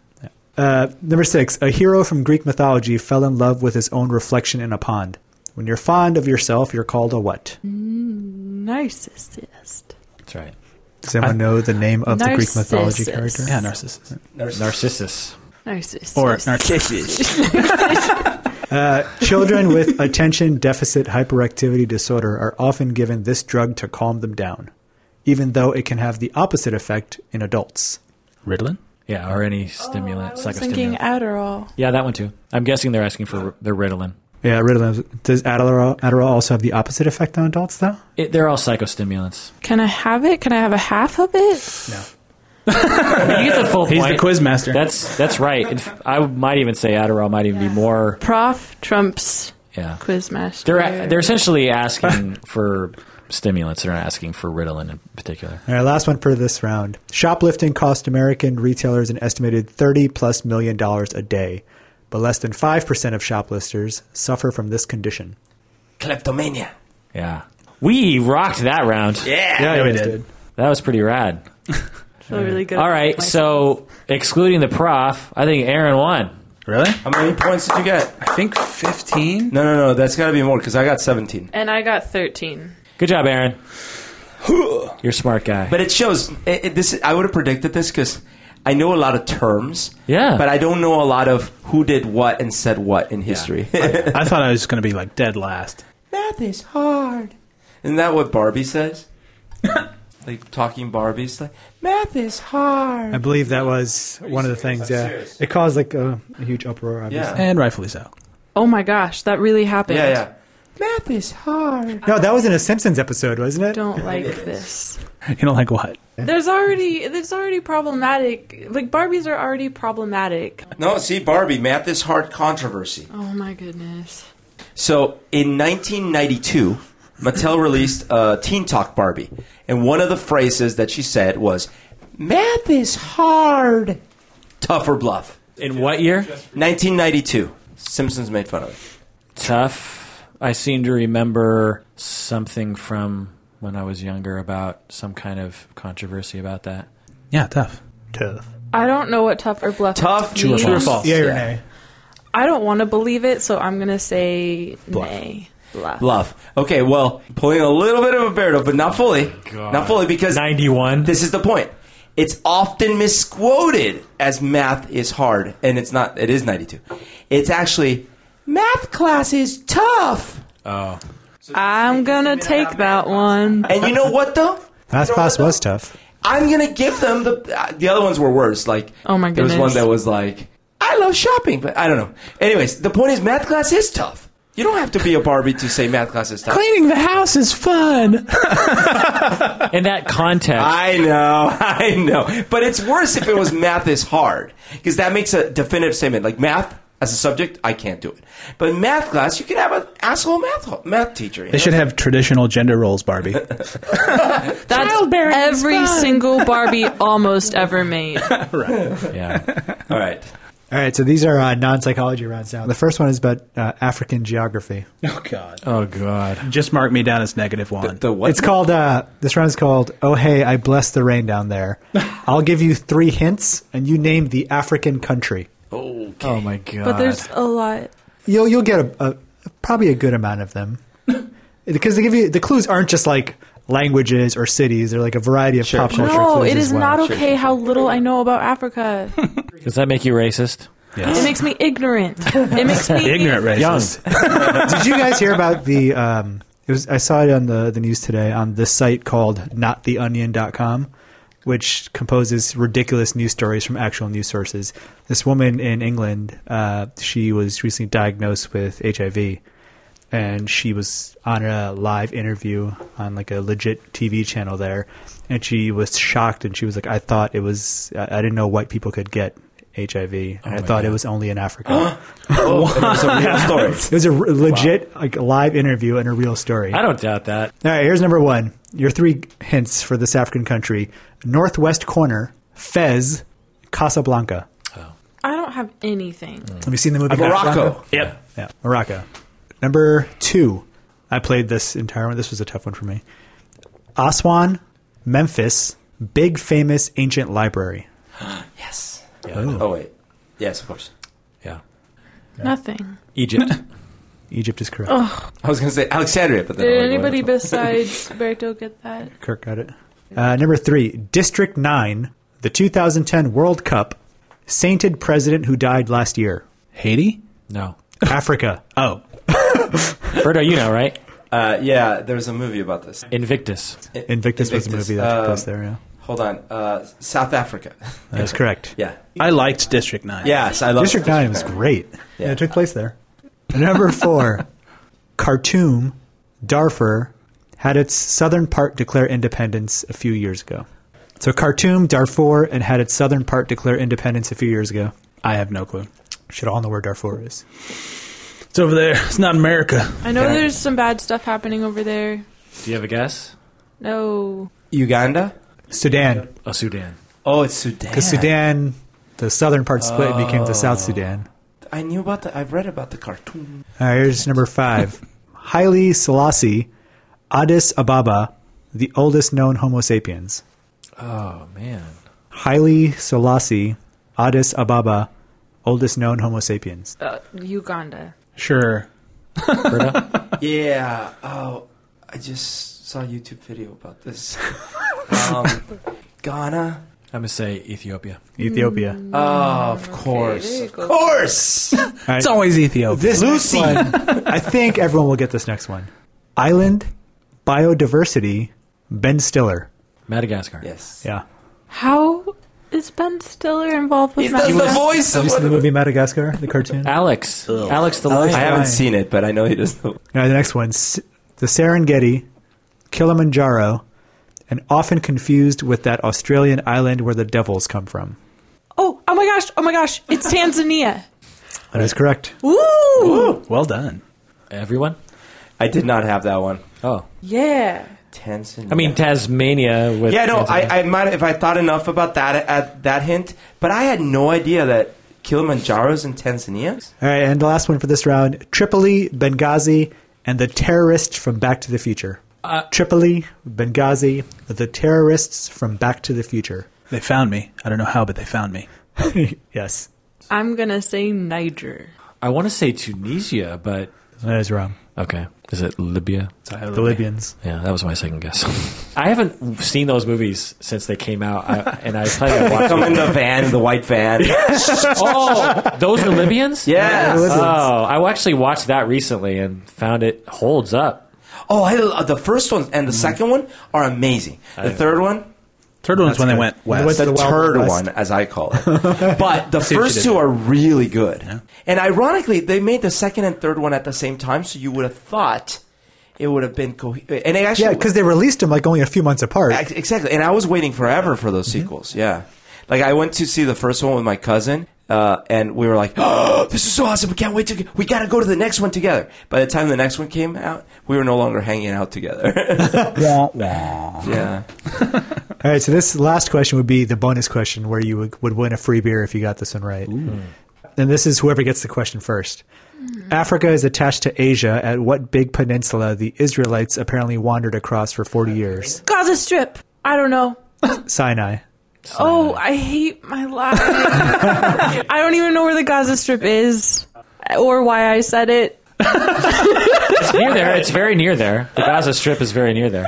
[SPEAKER 3] Uh, number six, a hero from Greek mythology fell in love with his own reflection in a pond. When you're fond of yourself, you're called a what?
[SPEAKER 4] Narcissist.
[SPEAKER 1] That's right.
[SPEAKER 3] Does anyone know the name of the Greek mythology character?
[SPEAKER 4] Narcissus.
[SPEAKER 2] Yeah, narcissist.
[SPEAKER 1] Narcissus.
[SPEAKER 4] Narcissist.
[SPEAKER 2] Or narcissist.
[SPEAKER 3] Uh, Children with attention deficit hyperactivity disorder are often given this drug to calm them down, even though it can have the opposite effect in adults.
[SPEAKER 2] Ritalin?
[SPEAKER 1] Yeah, or any stimulant,
[SPEAKER 4] Oh, I was thinking
[SPEAKER 1] psychostimulant.
[SPEAKER 4] uh, Adderall.
[SPEAKER 1] yeah, that one too. I'm guessing they're asking for their Ritalin.
[SPEAKER 3] Yeah, Ritalin. Does Adderall, Adderall also have the opposite effect on adults, though?
[SPEAKER 1] It, they're all psychostimulants.
[SPEAKER 4] Can I have it? Can I have a half of it?
[SPEAKER 1] You get the full
[SPEAKER 2] He's
[SPEAKER 1] point.
[SPEAKER 2] the quiz master.
[SPEAKER 1] That's that's right. In f- I might even say Adderall might even be more.
[SPEAKER 4] Prof Trump's
[SPEAKER 1] Yeah,
[SPEAKER 4] quizmaster.
[SPEAKER 1] they're a- they're essentially asking for stimulants. They're not asking for Ritalin in particular.
[SPEAKER 3] All right, last one for this round. Shoplifting cost American retailers an estimated 30 plus million dollars a day, but less than 5% of shoplifters suffer from this condition.
[SPEAKER 5] Kleptomania.
[SPEAKER 1] Yeah, we rocked that round.
[SPEAKER 5] Yeah.
[SPEAKER 3] Yeah,
[SPEAKER 2] we
[SPEAKER 3] you guys
[SPEAKER 2] did.
[SPEAKER 1] That was pretty rad.
[SPEAKER 4] feel really good.
[SPEAKER 1] All right, so excluding the prof, I think Aaron won.
[SPEAKER 2] Really?
[SPEAKER 5] How many points did you get?
[SPEAKER 2] I think 15?
[SPEAKER 5] No, no, no. That's got to be more because I got 17.
[SPEAKER 4] and I got thirteen.
[SPEAKER 1] Good job, Aaron. You're a smart guy.
[SPEAKER 5] But it shows. It, it, this I would have predicted this because I know a lot of terms.
[SPEAKER 1] Yeah.
[SPEAKER 5] But I don't know a lot of who did what and said what in history.
[SPEAKER 2] I thought I was going to be like dead last.
[SPEAKER 5] Math is hard. Isn't that what Barbie says? like talking Barbie's like math is hard.
[SPEAKER 3] I believe that was one of the things, yeah.
[SPEAKER 5] serious.
[SPEAKER 3] It caused like a, a huge uproar, obviously.
[SPEAKER 5] Yeah.
[SPEAKER 2] And rightfully so.
[SPEAKER 4] Oh my gosh, that really happened.
[SPEAKER 5] Yeah, yeah. Math is hard.
[SPEAKER 3] No, that was in a Simpsons episode, wasn't
[SPEAKER 4] I
[SPEAKER 3] it?
[SPEAKER 4] don't like this.
[SPEAKER 2] You don't like what?
[SPEAKER 4] There's already there's already problematic. Like Barbies are already problematic.
[SPEAKER 5] No, see Barbie, math is hard controversy.
[SPEAKER 4] Oh my goodness.
[SPEAKER 5] So in 1992, Mattel released uh, Teen Talk Barbie, and one of the phrases that she said was, "Math is hard." Tough or bluff?
[SPEAKER 1] in what year?
[SPEAKER 5] 1992. Simpsons made fun of it.
[SPEAKER 1] Tough. I seem to remember something from when I was younger about some kind of controversy about that.
[SPEAKER 2] Yeah, tough.
[SPEAKER 3] Tough.
[SPEAKER 4] I don't know what tough or bluff.
[SPEAKER 5] Tough,
[SPEAKER 1] True or
[SPEAKER 5] means.
[SPEAKER 1] false?
[SPEAKER 3] Yeah, or nay.
[SPEAKER 4] I don't want to believe it, so I'm gonna say nay. Bluff.
[SPEAKER 5] Bluff. Okay, well, pulling a little bit of a Berto, but not fully. Not fully because
[SPEAKER 1] 91.
[SPEAKER 5] this is the point. It's often misquoted as math is hard, and it's not. It is 92. It's actually math class is tough.
[SPEAKER 4] I'm gonna take that one.
[SPEAKER 5] And you know what though?
[SPEAKER 3] Math class was tough.
[SPEAKER 5] I'm gonna give them the. Uh, the other ones were worse. Like
[SPEAKER 4] Oh my
[SPEAKER 5] there was one
[SPEAKER 4] goodness.
[SPEAKER 5] that was like, I love shopping, but I don't know. Anyways, the point is math class is tough. You don't have to be a Barbie to say math class is tough.
[SPEAKER 2] Cleaning the house is fun.
[SPEAKER 1] In that context,
[SPEAKER 5] I know, I know. But it's worse if it was math is hard because that makes a definitive statement. Like math as a subject, I can't do it. But in math class, you can have an asshole math math teacher. you
[SPEAKER 2] They
[SPEAKER 5] know?
[SPEAKER 2] should have traditional gender roles, Barbie.
[SPEAKER 4] That's every single Barbie almost ever made.
[SPEAKER 1] yeah.
[SPEAKER 5] All right.
[SPEAKER 3] All right, so these are uh, non-psychology rounds now. The first one is about uh, African geography.
[SPEAKER 2] Oh God!
[SPEAKER 1] Oh God.
[SPEAKER 2] Just mark me down as negative one.
[SPEAKER 5] The what?
[SPEAKER 3] It's called. Uh, this round is called. Oh hey, I bless the rain down there. I'll give you three hints, and you name the African country.
[SPEAKER 5] Okay.
[SPEAKER 1] Oh my God.
[SPEAKER 4] But there's a lot.
[SPEAKER 3] You'll you'll get a, a probably a good amount of them because they give you the clues aren't just like languages or cities. They're like a variety of pop culture.
[SPEAKER 4] No,
[SPEAKER 3] clues
[SPEAKER 4] it
[SPEAKER 3] as
[SPEAKER 4] is
[SPEAKER 3] well.
[SPEAKER 4] not okay how little I know about Africa.
[SPEAKER 1] Does that make you racist?
[SPEAKER 4] It makes me ignorant. It makes me
[SPEAKER 2] Ignorant racist.
[SPEAKER 3] Did you guys hear about the? Um, it was I saw it on the the news today on this site called NotTheOnion.com, which composes ridiculous news stories from actual news sources. This woman in England, uh, she was recently diagnosed with HIV, and she was on a live interview on like a legit TV channel there, and she was shocked and she was like, "I thought it was I I didn't know white people could get." HIV. I thought it was only in Africa.
[SPEAKER 5] It's a real story.
[SPEAKER 3] It was a r- legit like live interview and a real story.
[SPEAKER 1] I don't doubt that.
[SPEAKER 3] All right, here's number one. Your three hints for this African country: northwest corner, Fez, Casablanca.
[SPEAKER 4] I don't have anything.
[SPEAKER 3] Have you seen the movie
[SPEAKER 5] Morocco.
[SPEAKER 3] Casablanca?
[SPEAKER 2] Yep.
[SPEAKER 3] Yeah, Morocco. Number two. I played this entire one. This was a tough one for me. Aswan, Memphis, big famous ancient library.
[SPEAKER 5] Yes.
[SPEAKER 1] Yeah.
[SPEAKER 5] Oh wait. Yes, of course.
[SPEAKER 1] Yeah.
[SPEAKER 4] Nothing.
[SPEAKER 1] Egypt.
[SPEAKER 3] Egypt is correct.
[SPEAKER 5] I was going to say Alexandria, but then
[SPEAKER 4] Did
[SPEAKER 5] I went-
[SPEAKER 4] anybody besides Berto get that?
[SPEAKER 3] Kirk got it. Uh, number three, District 9, the 2010 World Cup, sainted president who died last year.
[SPEAKER 2] Haiti.
[SPEAKER 1] No.
[SPEAKER 3] Africa.
[SPEAKER 2] Oh,
[SPEAKER 1] Berto, you know, right?
[SPEAKER 5] Uh, yeah, there's a movie about this.
[SPEAKER 1] Invictus.
[SPEAKER 3] Invictus, was the
[SPEAKER 5] Invictus,
[SPEAKER 3] movie that took place
[SPEAKER 5] um,
[SPEAKER 3] there, yeah.
[SPEAKER 5] Hold on. Uh, South Africa.
[SPEAKER 3] That's correct.
[SPEAKER 5] yeah.
[SPEAKER 2] I liked District Nine.
[SPEAKER 5] Yes, I love
[SPEAKER 3] District 9 was great. Yeah.
[SPEAKER 5] Yeah.
[SPEAKER 3] it took place there. Number four, Khartoum, Darfur, had its southern part declare independence a few years ago. So Khartoum, Darfur, and had its southern part declare independence a few years ago.
[SPEAKER 2] I have no clue.
[SPEAKER 3] Should all know where Darfur is.
[SPEAKER 2] It's over there. It's not America.
[SPEAKER 4] I know there's some bad stuff happening over there.
[SPEAKER 1] Do you have a guess?
[SPEAKER 4] No.
[SPEAKER 5] Uganda.
[SPEAKER 3] Sudan.
[SPEAKER 1] Oh, Sudan.
[SPEAKER 5] Oh, it's Sudan.
[SPEAKER 3] Because Sudan, the southern part split and became the South Sudan.
[SPEAKER 5] I knew about the. I've read about the cartoon.
[SPEAKER 3] All right, here's number five. Haile Selassie, Addis Ababa, the oldest known Homo sapiens.
[SPEAKER 1] Oh man.
[SPEAKER 3] Haile Selassie, Addis Ababa, oldest known Homo sapiens.
[SPEAKER 4] Uh, Uganda.
[SPEAKER 2] Sure.
[SPEAKER 1] Berto?
[SPEAKER 5] Yeah. Oh, I just saw a YouTube video about this. um, Ghana.
[SPEAKER 1] I'm gonna say Ethiopia.
[SPEAKER 3] Ethiopia.
[SPEAKER 5] Oh, of course.
[SPEAKER 4] there you
[SPEAKER 5] Of
[SPEAKER 4] go.
[SPEAKER 5] course.
[SPEAKER 2] It's always Ethiopia.
[SPEAKER 3] This Lucy. I think everyone will get this next one. Island, biodiversity, Ben Stiller.
[SPEAKER 1] Madagascar.
[SPEAKER 5] yes.
[SPEAKER 3] Yeah.
[SPEAKER 4] How is Ben Stiller involved with
[SPEAKER 5] He does the
[SPEAKER 4] Matt?
[SPEAKER 5] voice
[SPEAKER 3] Have
[SPEAKER 5] of
[SPEAKER 3] you seen the
[SPEAKER 5] one
[SPEAKER 3] movie Madagascar, the cartoon?
[SPEAKER 1] Alex. Alex the
[SPEAKER 5] I
[SPEAKER 1] lion.
[SPEAKER 5] haven't seen it, but I know he does the
[SPEAKER 3] Now the next one, S- the Serengeti, Kilimanjaro, and often confused with that Australian island where the devils come from.
[SPEAKER 4] Oh, oh my gosh, oh my gosh, it's Tanzania.
[SPEAKER 3] That is correct.
[SPEAKER 4] Woo!
[SPEAKER 2] Well done.
[SPEAKER 1] Everyone.
[SPEAKER 5] I did not have that one.
[SPEAKER 1] Oh.
[SPEAKER 4] Yeah.
[SPEAKER 5] Tanzania.
[SPEAKER 1] I mean Tasmania with.
[SPEAKER 5] yeah, no,
[SPEAKER 1] Tanzania.
[SPEAKER 5] I, I might if I thought enough about that at that hint, but I had no idea that Kilimanjaro's in Tanzania.
[SPEAKER 3] All right, and the last one for this round: Tripoli, Benghazi, and the terrorists from Back to the Future. Tripoli, Benghazi, the terrorists from Back to the Future.
[SPEAKER 2] They found me. I don't know how, but they found me.
[SPEAKER 3] yes,
[SPEAKER 4] I'm gonna say Niger.
[SPEAKER 1] I want to say Tunisia, but
[SPEAKER 3] that is wrong.
[SPEAKER 1] okay. Is it Libya?
[SPEAKER 3] The Libyans.
[SPEAKER 1] Yeah, that was my second guess. I haven't seen those movies since they came out, I, and I plan to watch
[SPEAKER 5] Come
[SPEAKER 1] them.
[SPEAKER 5] in the van, the white van.
[SPEAKER 1] Oh, those are Libyans.
[SPEAKER 5] Yes.
[SPEAKER 1] Oh, I actually watched that recently and found it holds up.
[SPEAKER 5] Oh, I, lo- the first one and the second one are amazing. The third one,
[SPEAKER 2] Third one's when they went
[SPEAKER 3] When they
[SPEAKER 2] west.
[SPEAKER 3] went-
[SPEAKER 5] the,
[SPEAKER 3] the Wild
[SPEAKER 5] third
[SPEAKER 3] West.
[SPEAKER 5] one, as I call it. but the
[SPEAKER 2] See what you
[SPEAKER 5] first
[SPEAKER 2] did
[SPEAKER 5] two
[SPEAKER 2] there.
[SPEAKER 5] are really good. And ironically, they made the second and third one at the same time, so you would have thought it would have been co- and it actually
[SPEAKER 3] Yeah, because they released them like only a few months apart.
[SPEAKER 5] Ex- Exactly. And I was waiting forever for those sequels. Yeah. Like I went to see the first one with my cousin, uh, and we were like, "Oh, this is so awesome! We can't wait to we gotta go to the next one together." By the time the next one came out, we were no longer hanging out together.
[SPEAKER 2] Wah, wah.
[SPEAKER 5] yeah.
[SPEAKER 3] All right, so this last question would be the bonus question where you would, would win a free beer if you got this one right. and this is whoever gets the question first. Africa is attached to Asia at what big peninsula the Israelites apparently wandered across for 40 years?
[SPEAKER 4] Gaza Strip. I don't know.
[SPEAKER 3] Sinai.
[SPEAKER 4] Oh, I hate my life. I don't even know where the Gaza Strip is or why I said it.
[SPEAKER 1] It's near there. It's very near there. The Gaza Strip is very near there.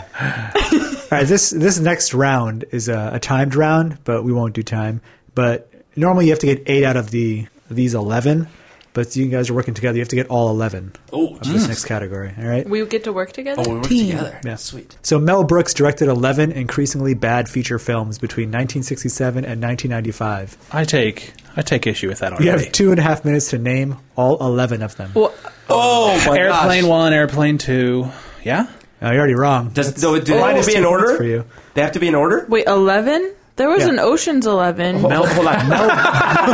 [SPEAKER 3] All right, this this next round is a, a timed round, but we won't do time. But normally you have to get eight out of the these eleven, but you guys are working together. You have to get all eleven
[SPEAKER 5] Oh,
[SPEAKER 3] of this next category. All right.
[SPEAKER 4] We get to work together?
[SPEAKER 5] Oh, we work together.
[SPEAKER 3] Yeah.
[SPEAKER 5] Sweet.
[SPEAKER 3] So Mel Brooks directed eleven increasingly bad feature films between 1967 and 1995.
[SPEAKER 2] I take I take issue with that
[SPEAKER 3] You
[SPEAKER 2] already.
[SPEAKER 3] have two and a half minutes to name all eleven of them.
[SPEAKER 4] Well,
[SPEAKER 5] Oh my
[SPEAKER 2] airplane
[SPEAKER 5] gosh.
[SPEAKER 2] one, airplane two. Yeah,
[SPEAKER 3] Oh, you're already wrong.
[SPEAKER 5] Does do, do they have
[SPEAKER 3] Minus
[SPEAKER 5] to be
[SPEAKER 3] two
[SPEAKER 5] in
[SPEAKER 3] points
[SPEAKER 5] order?
[SPEAKER 3] Oh. for you.
[SPEAKER 5] They have to be in order.
[SPEAKER 4] wait, 11? There was
[SPEAKER 3] Yeah.
[SPEAKER 4] an Ocean's 11.
[SPEAKER 5] Mel, hold on.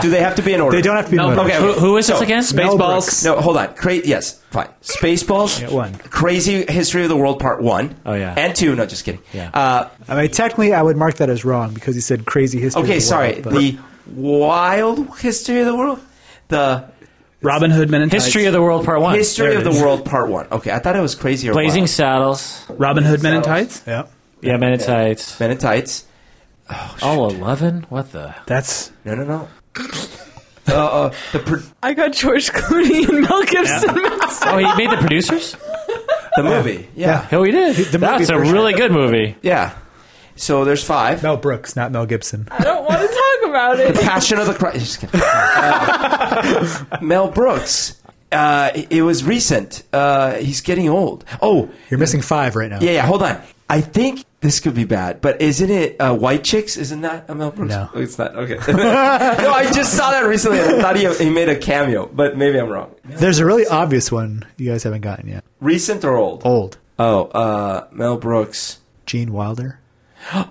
[SPEAKER 5] do they have to be in order?
[SPEAKER 3] They don't have to be in
[SPEAKER 2] No,
[SPEAKER 3] order.
[SPEAKER 5] Okay.
[SPEAKER 1] Who, who is this
[SPEAKER 5] So,
[SPEAKER 1] again?
[SPEAKER 3] Mel
[SPEAKER 2] Spaceballs.
[SPEAKER 5] No, hold on. Cra- yes, fine. Spaceballs.
[SPEAKER 3] Yeah, one.
[SPEAKER 5] Crazy History of the World Part One.
[SPEAKER 1] Oh, yeah.
[SPEAKER 5] And two. No, just kidding.
[SPEAKER 1] Yeah.
[SPEAKER 5] Uh,
[SPEAKER 3] I mean, technically, I would mark that as wrong because you said crazy history.
[SPEAKER 5] okay,
[SPEAKER 3] of the
[SPEAKER 5] sorry.
[SPEAKER 3] World, but-
[SPEAKER 5] the Wild History of the World. The
[SPEAKER 2] Robin Hood Men in
[SPEAKER 1] History of
[SPEAKER 2] Tights.
[SPEAKER 1] the World Part
[SPEAKER 3] Oh,
[SPEAKER 1] One.
[SPEAKER 5] History of the World Part One. Okay, I thought it was Crazy or
[SPEAKER 1] Blazing
[SPEAKER 5] Wild.
[SPEAKER 1] Saddles.
[SPEAKER 2] Robin Hood Men in Tights.
[SPEAKER 3] yeah.
[SPEAKER 1] Yeah, Men in Tights.
[SPEAKER 5] Men in Tights.
[SPEAKER 1] All Oh, eleven. What the?
[SPEAKER 2] That's
[SPEAKER 5] No, no, no. uh, uh, the pro-
[SPEAKER 4] I got George Clooney and Mel Gibson. mixed up.
[SPEAKER 1] Oh, he made the producers.
[SPEAKER 5] the movie. Yeah.
[SPEAKER 1] Oh, he did. That's
[SPEAKER 3] movie
[SPEAKER 1] a
[SPEAKER 3] version.
[SPEAKER 1] really good movie.
[SPEAKER 5] Yeah. So there's five.
[SPEAKER 3] Mel Brooks, not Mel Gibson.
[SPEAKER 4] I don't want to talk about it.
[SPEAKER 5] Passion of the Christ. Just kidding. Uh, Mel Brooks. Uh, it was recent. Uh, he's getting old. Oh,
[SPEAKER 3] You're missing five right now.
[SPEAKER 5] yeah, yeah. Hold on. I think this could be bad, but isn't it uh, White Chicks? Isn't that a Mel Brooks?
[SPEAKER 3] No.
[SPEAKER 5] Oh, it's not. Okay. no, I just saw that recently. and I thought he, he made a cameo, but maybe I'm wrong.
[SPEAKER 3] There's a really obvious one you guys haven't gotten yet.
[SPEAKER 5] Recent or old?
[SPEAKER 3] Old.
[SPEAKER 5] Oh, uh, Mel Brooks.
[SPEAKER 3] Gene Wilder.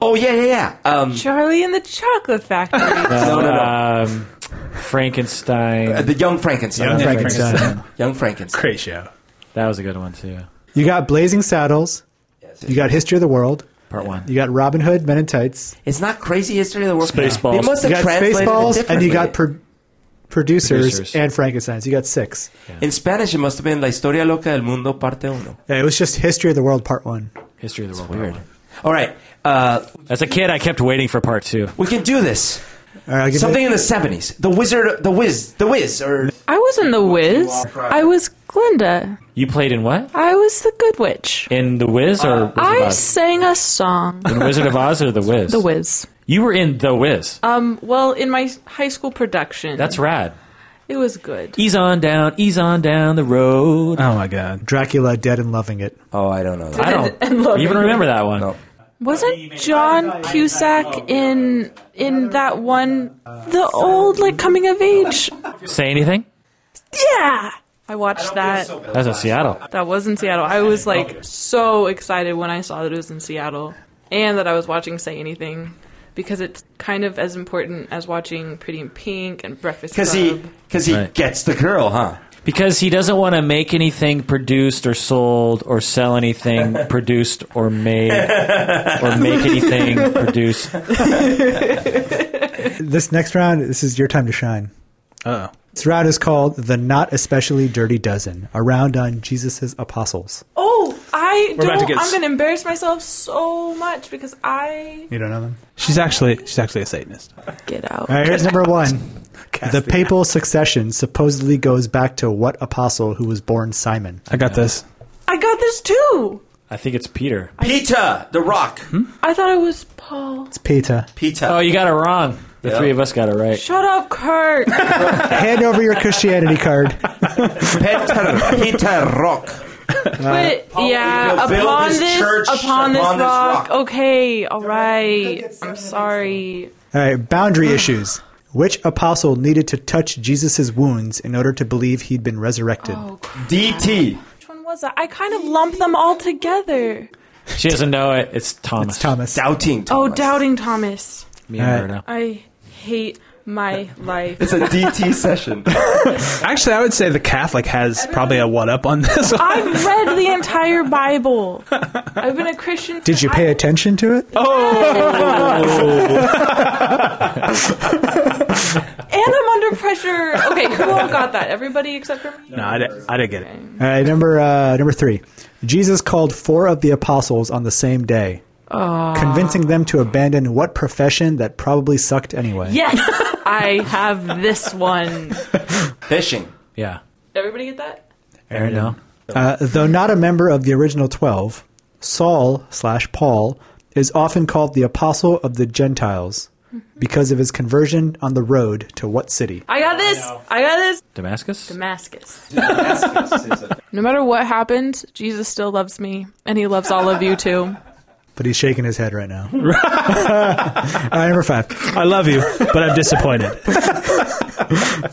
[SPEAKER 5] Oh yeah, yeah, yeah. Um,
[SPEAKER 4] Charlie and the Chocolate Factory.
[SPEAKER 5] no, no, no.
[SPEAKER 1] Um,
[SPEAKER 5] Uh,
[SPEAKER 1] Frankenstein.
[SPEAKER 5] the Young Frankenstein.
[SPEAKER 3] Young
[SPEAKER 5] Young,
[SPEAKER 3] Frankenstein.
[SPEAKER 5] Frankenstein.
[SPEAKER 2] great show.
[SPEAKER 1] That was a good one too.
[SPEAKER 3] You got Blazing Saddles. You got History of the World.
[SPEAKER 1] Part one.
[SPEAKER 3] You got Robin Hood, Men in Tights.
[SPEAKER 5] It's not crazy history of the world.
[SPEAKER 1] Spaceballs.
[SPEAKER 5] They must
[SPEAKER 3] You
[SPEAKER 5] have
[SPEAKER 3] got
[SPEAKER 5] translated it
[SPEAKER 3] Spaceballs, and you got
[SPEAKER 5] differently.
[SPEAKER 3] pro- producers,
[SPEAKER 1] Producers.
[SPEAKER 3] and Frankenstein's. You got six.
[SPEAKER 5] in Spanish. It must have been La Historia Loca del Mundo Parte Uno.
[SPEAKER 3] Yeah, it was just History of the World Part One.
[SPEAKER 1] History of the World. Part one.
[SPEAKER 5] All right, uh,
[SPEAKER 1] As a kid, I kept waiting for part two.
[SPEAKER 5] we can do this.
[SPEAKER 3] All right, I'll give
[SPEAKER 5] Something
[SPEAKER 3] You,
[SPEAKER 5] in the seventies. The Wizard, the Wiz, the Wiz, or
[SPEAKER 4] I wasn't the Wiz. I was Glinda.
[SPEAKER 1] You played in what?
[SPEAKER 4] I was the Good Witch.
[SPEAKER 1] In the Wiz or Wizard of
[SPEAKER 4] I
[SPEAKER 1] Oz?
[SPEAKER 4] sang a song.
[SPEAKER 1] In Wizard of Oz or the Wiz?
[SPEAKER 4] The Wiz.
[SPEAKER 1] You were in the Wiz.
[SPEAKER 4] Um, well, in my high school production.
[SPEAKER 1] That's rad.
[SPEAKER 4] It was good.
[SPEAKER 1] Ease on down, ease on down the road.
[SPEAKER 2] Oh my god.
[SPEAKER 3] Dracula, Dead and Loving It.
[SPEAKER 5] oh, I don't know.
[SPEAKER 1] I don't
[SPEAKER 4] And love
[SPEAKER 1] even
[SPEAKER 4] it.
[SPEAKER 1] remember that one.
[SPEAKER 5] No.
[SPEAKER 4] Wasn't John Cusack in in that one the old like coming of age?
[SPEAKER 1] Say anything?
[SPEAKER 4] Yeah. I watched that.
[SPEAKER 1] That was in Seattle.
[SPEAKER 4] That was in Seattle. I was like so excited when I saw that it was in Seattle and that I was watching Say Anything because it's kind of as important as watching Pretty in Pink and Breakfast Club.
[SPEAKER 5] Because he, because he
[SPEAKER 1] Right.
[SPEAKER 5] gets the girl, huh?
[SPEAKER 1] Because he doesn't want to make anything produced or sold or sell anything produced or made or make anything produced.
[SPEAKER 3] This next round, this is your time to shine.
[SPEAKER 2] Oh,
[SPEAKER 3] This round is called the Not Especially Dirty Dozen, a round on Jesus' apostles.
[SPEAKER 4] Oh, I
[SPEAKER 2] We're about
[SPEAKER 4] don't.
[SPEAKER 2] to get s-
[SPEAKER 4] I'm going to embarrass myself so much because I
[SPEAKER 3] You don't know them?
[SPEAKER 2] she's actually she's actually a Satanist.
[SPEAKER 4] get out.
[SPEAKER 3] All right, here's number one. The papal succession supposedly goes back to what apostle who was born Simon?
[SPEAKER 2] I got this.
[SPEAKER 4] I got this too.
[SPEAKER 1] I think it's Peter.
[SPEAKER 5] Peter, the Rock.
[SPEAKER 4] I thought it was Paul.
[SPEAKER 3] It's Peter.
[SPEAKER 5] Peter.
[SPEAKER 1] Hmm? Oh, you got it wrong. The
[SPEAKER 5] Yeah.
[SPEAKER 1] three of us got it right.
[SPEAKER 4] Shut up, Kurt.
[SPEAKER 3] Hand over your Christianity card.
[SPEAKER 5] Peter, Peter Rock.
[SPEAKER 4] But yeah,
[SPEAKER 5] will build
[SPEAKER 4] upon
[SPEAKER 5] his
[SPEAKER 4] this,
[SPEAKER 5] church
[SPEAKER 4] upon this
[SPEAKER 5] upon this
[SPEAKER 4] rock.
[SPEAKER 5] rock.
[SPEAKER 4] Okay, all right. I'm sorry.
[SPEAKER 3] All right, boundary issues. Which apostle needed to touch Jesus' wounds in order to believe he'd been resurrected?
[SPEAKER 4] Oh, crap.
[SPEAKER 5] DT.
[SPEAKER 4] which one was that? I kind of lumped them all together.
[SPEAKER 1] She doesn't know it. It's Thomas.
[SPEAKER 3] It's Thomas.
[SPEAKER 5] Doubting.
[SPEAKER 4] Oh,
[SPEAKER 5] Thomas.
[SPEAKER 4] doubting Thomas.
[SPEAKER 1] Me and her
[SPEAKER 3] All right.
[SPEAKER 1] now.
[SPEAKER 4] I hate my life.
[SPEAKER 5] It's a DT session.
[SPEAKER 2] Actually, I would say the Catholic has probably a what up on this. One.
[SPEAKER 4] I've read the entire Bible. I've been a Christian.
[SPEAKER 3] Did you pay
[SPEAKER 4] I-
[SPEAKER 3] attention to it?
[SPEAKER 2] Oh.
[SPEAKER 4] and I'm under under pressure. Okay, who all got that? Everybody except for me.
[SPEAKER 2] No, I, di- I didn't get it.
[SPEAKER 3] All right, number uh, number three. Jesus called four of the apostles on the same day, convincing them to abandon what profession that probably sucked anyway.
[SPEAKER 4] Yes, I have this one.
[SPEAKER 5] Fishing.
[SPEAKER 1] Yeah.
[SPEAKER 4] Everybody get that?
[SPEAKER 1] Aaron, no.
[SPEAKER 3] Uh, though not a member of the original twelve, Saul slash Paul is often called the apostle of the Gentiles because of his conversion on the road to what city?
[SPEAKER 4] I got this. I got this.
[SPEAKER 1] Damascus?
[SPEAKER 4] Damascus. No matter what happens, Jesus still loves me, and he loves all of you too.
[SPEAKER 3] But he's shaking his head right now. All right, number five.
[SPEAKER 2] I love you, but I'm disappointed.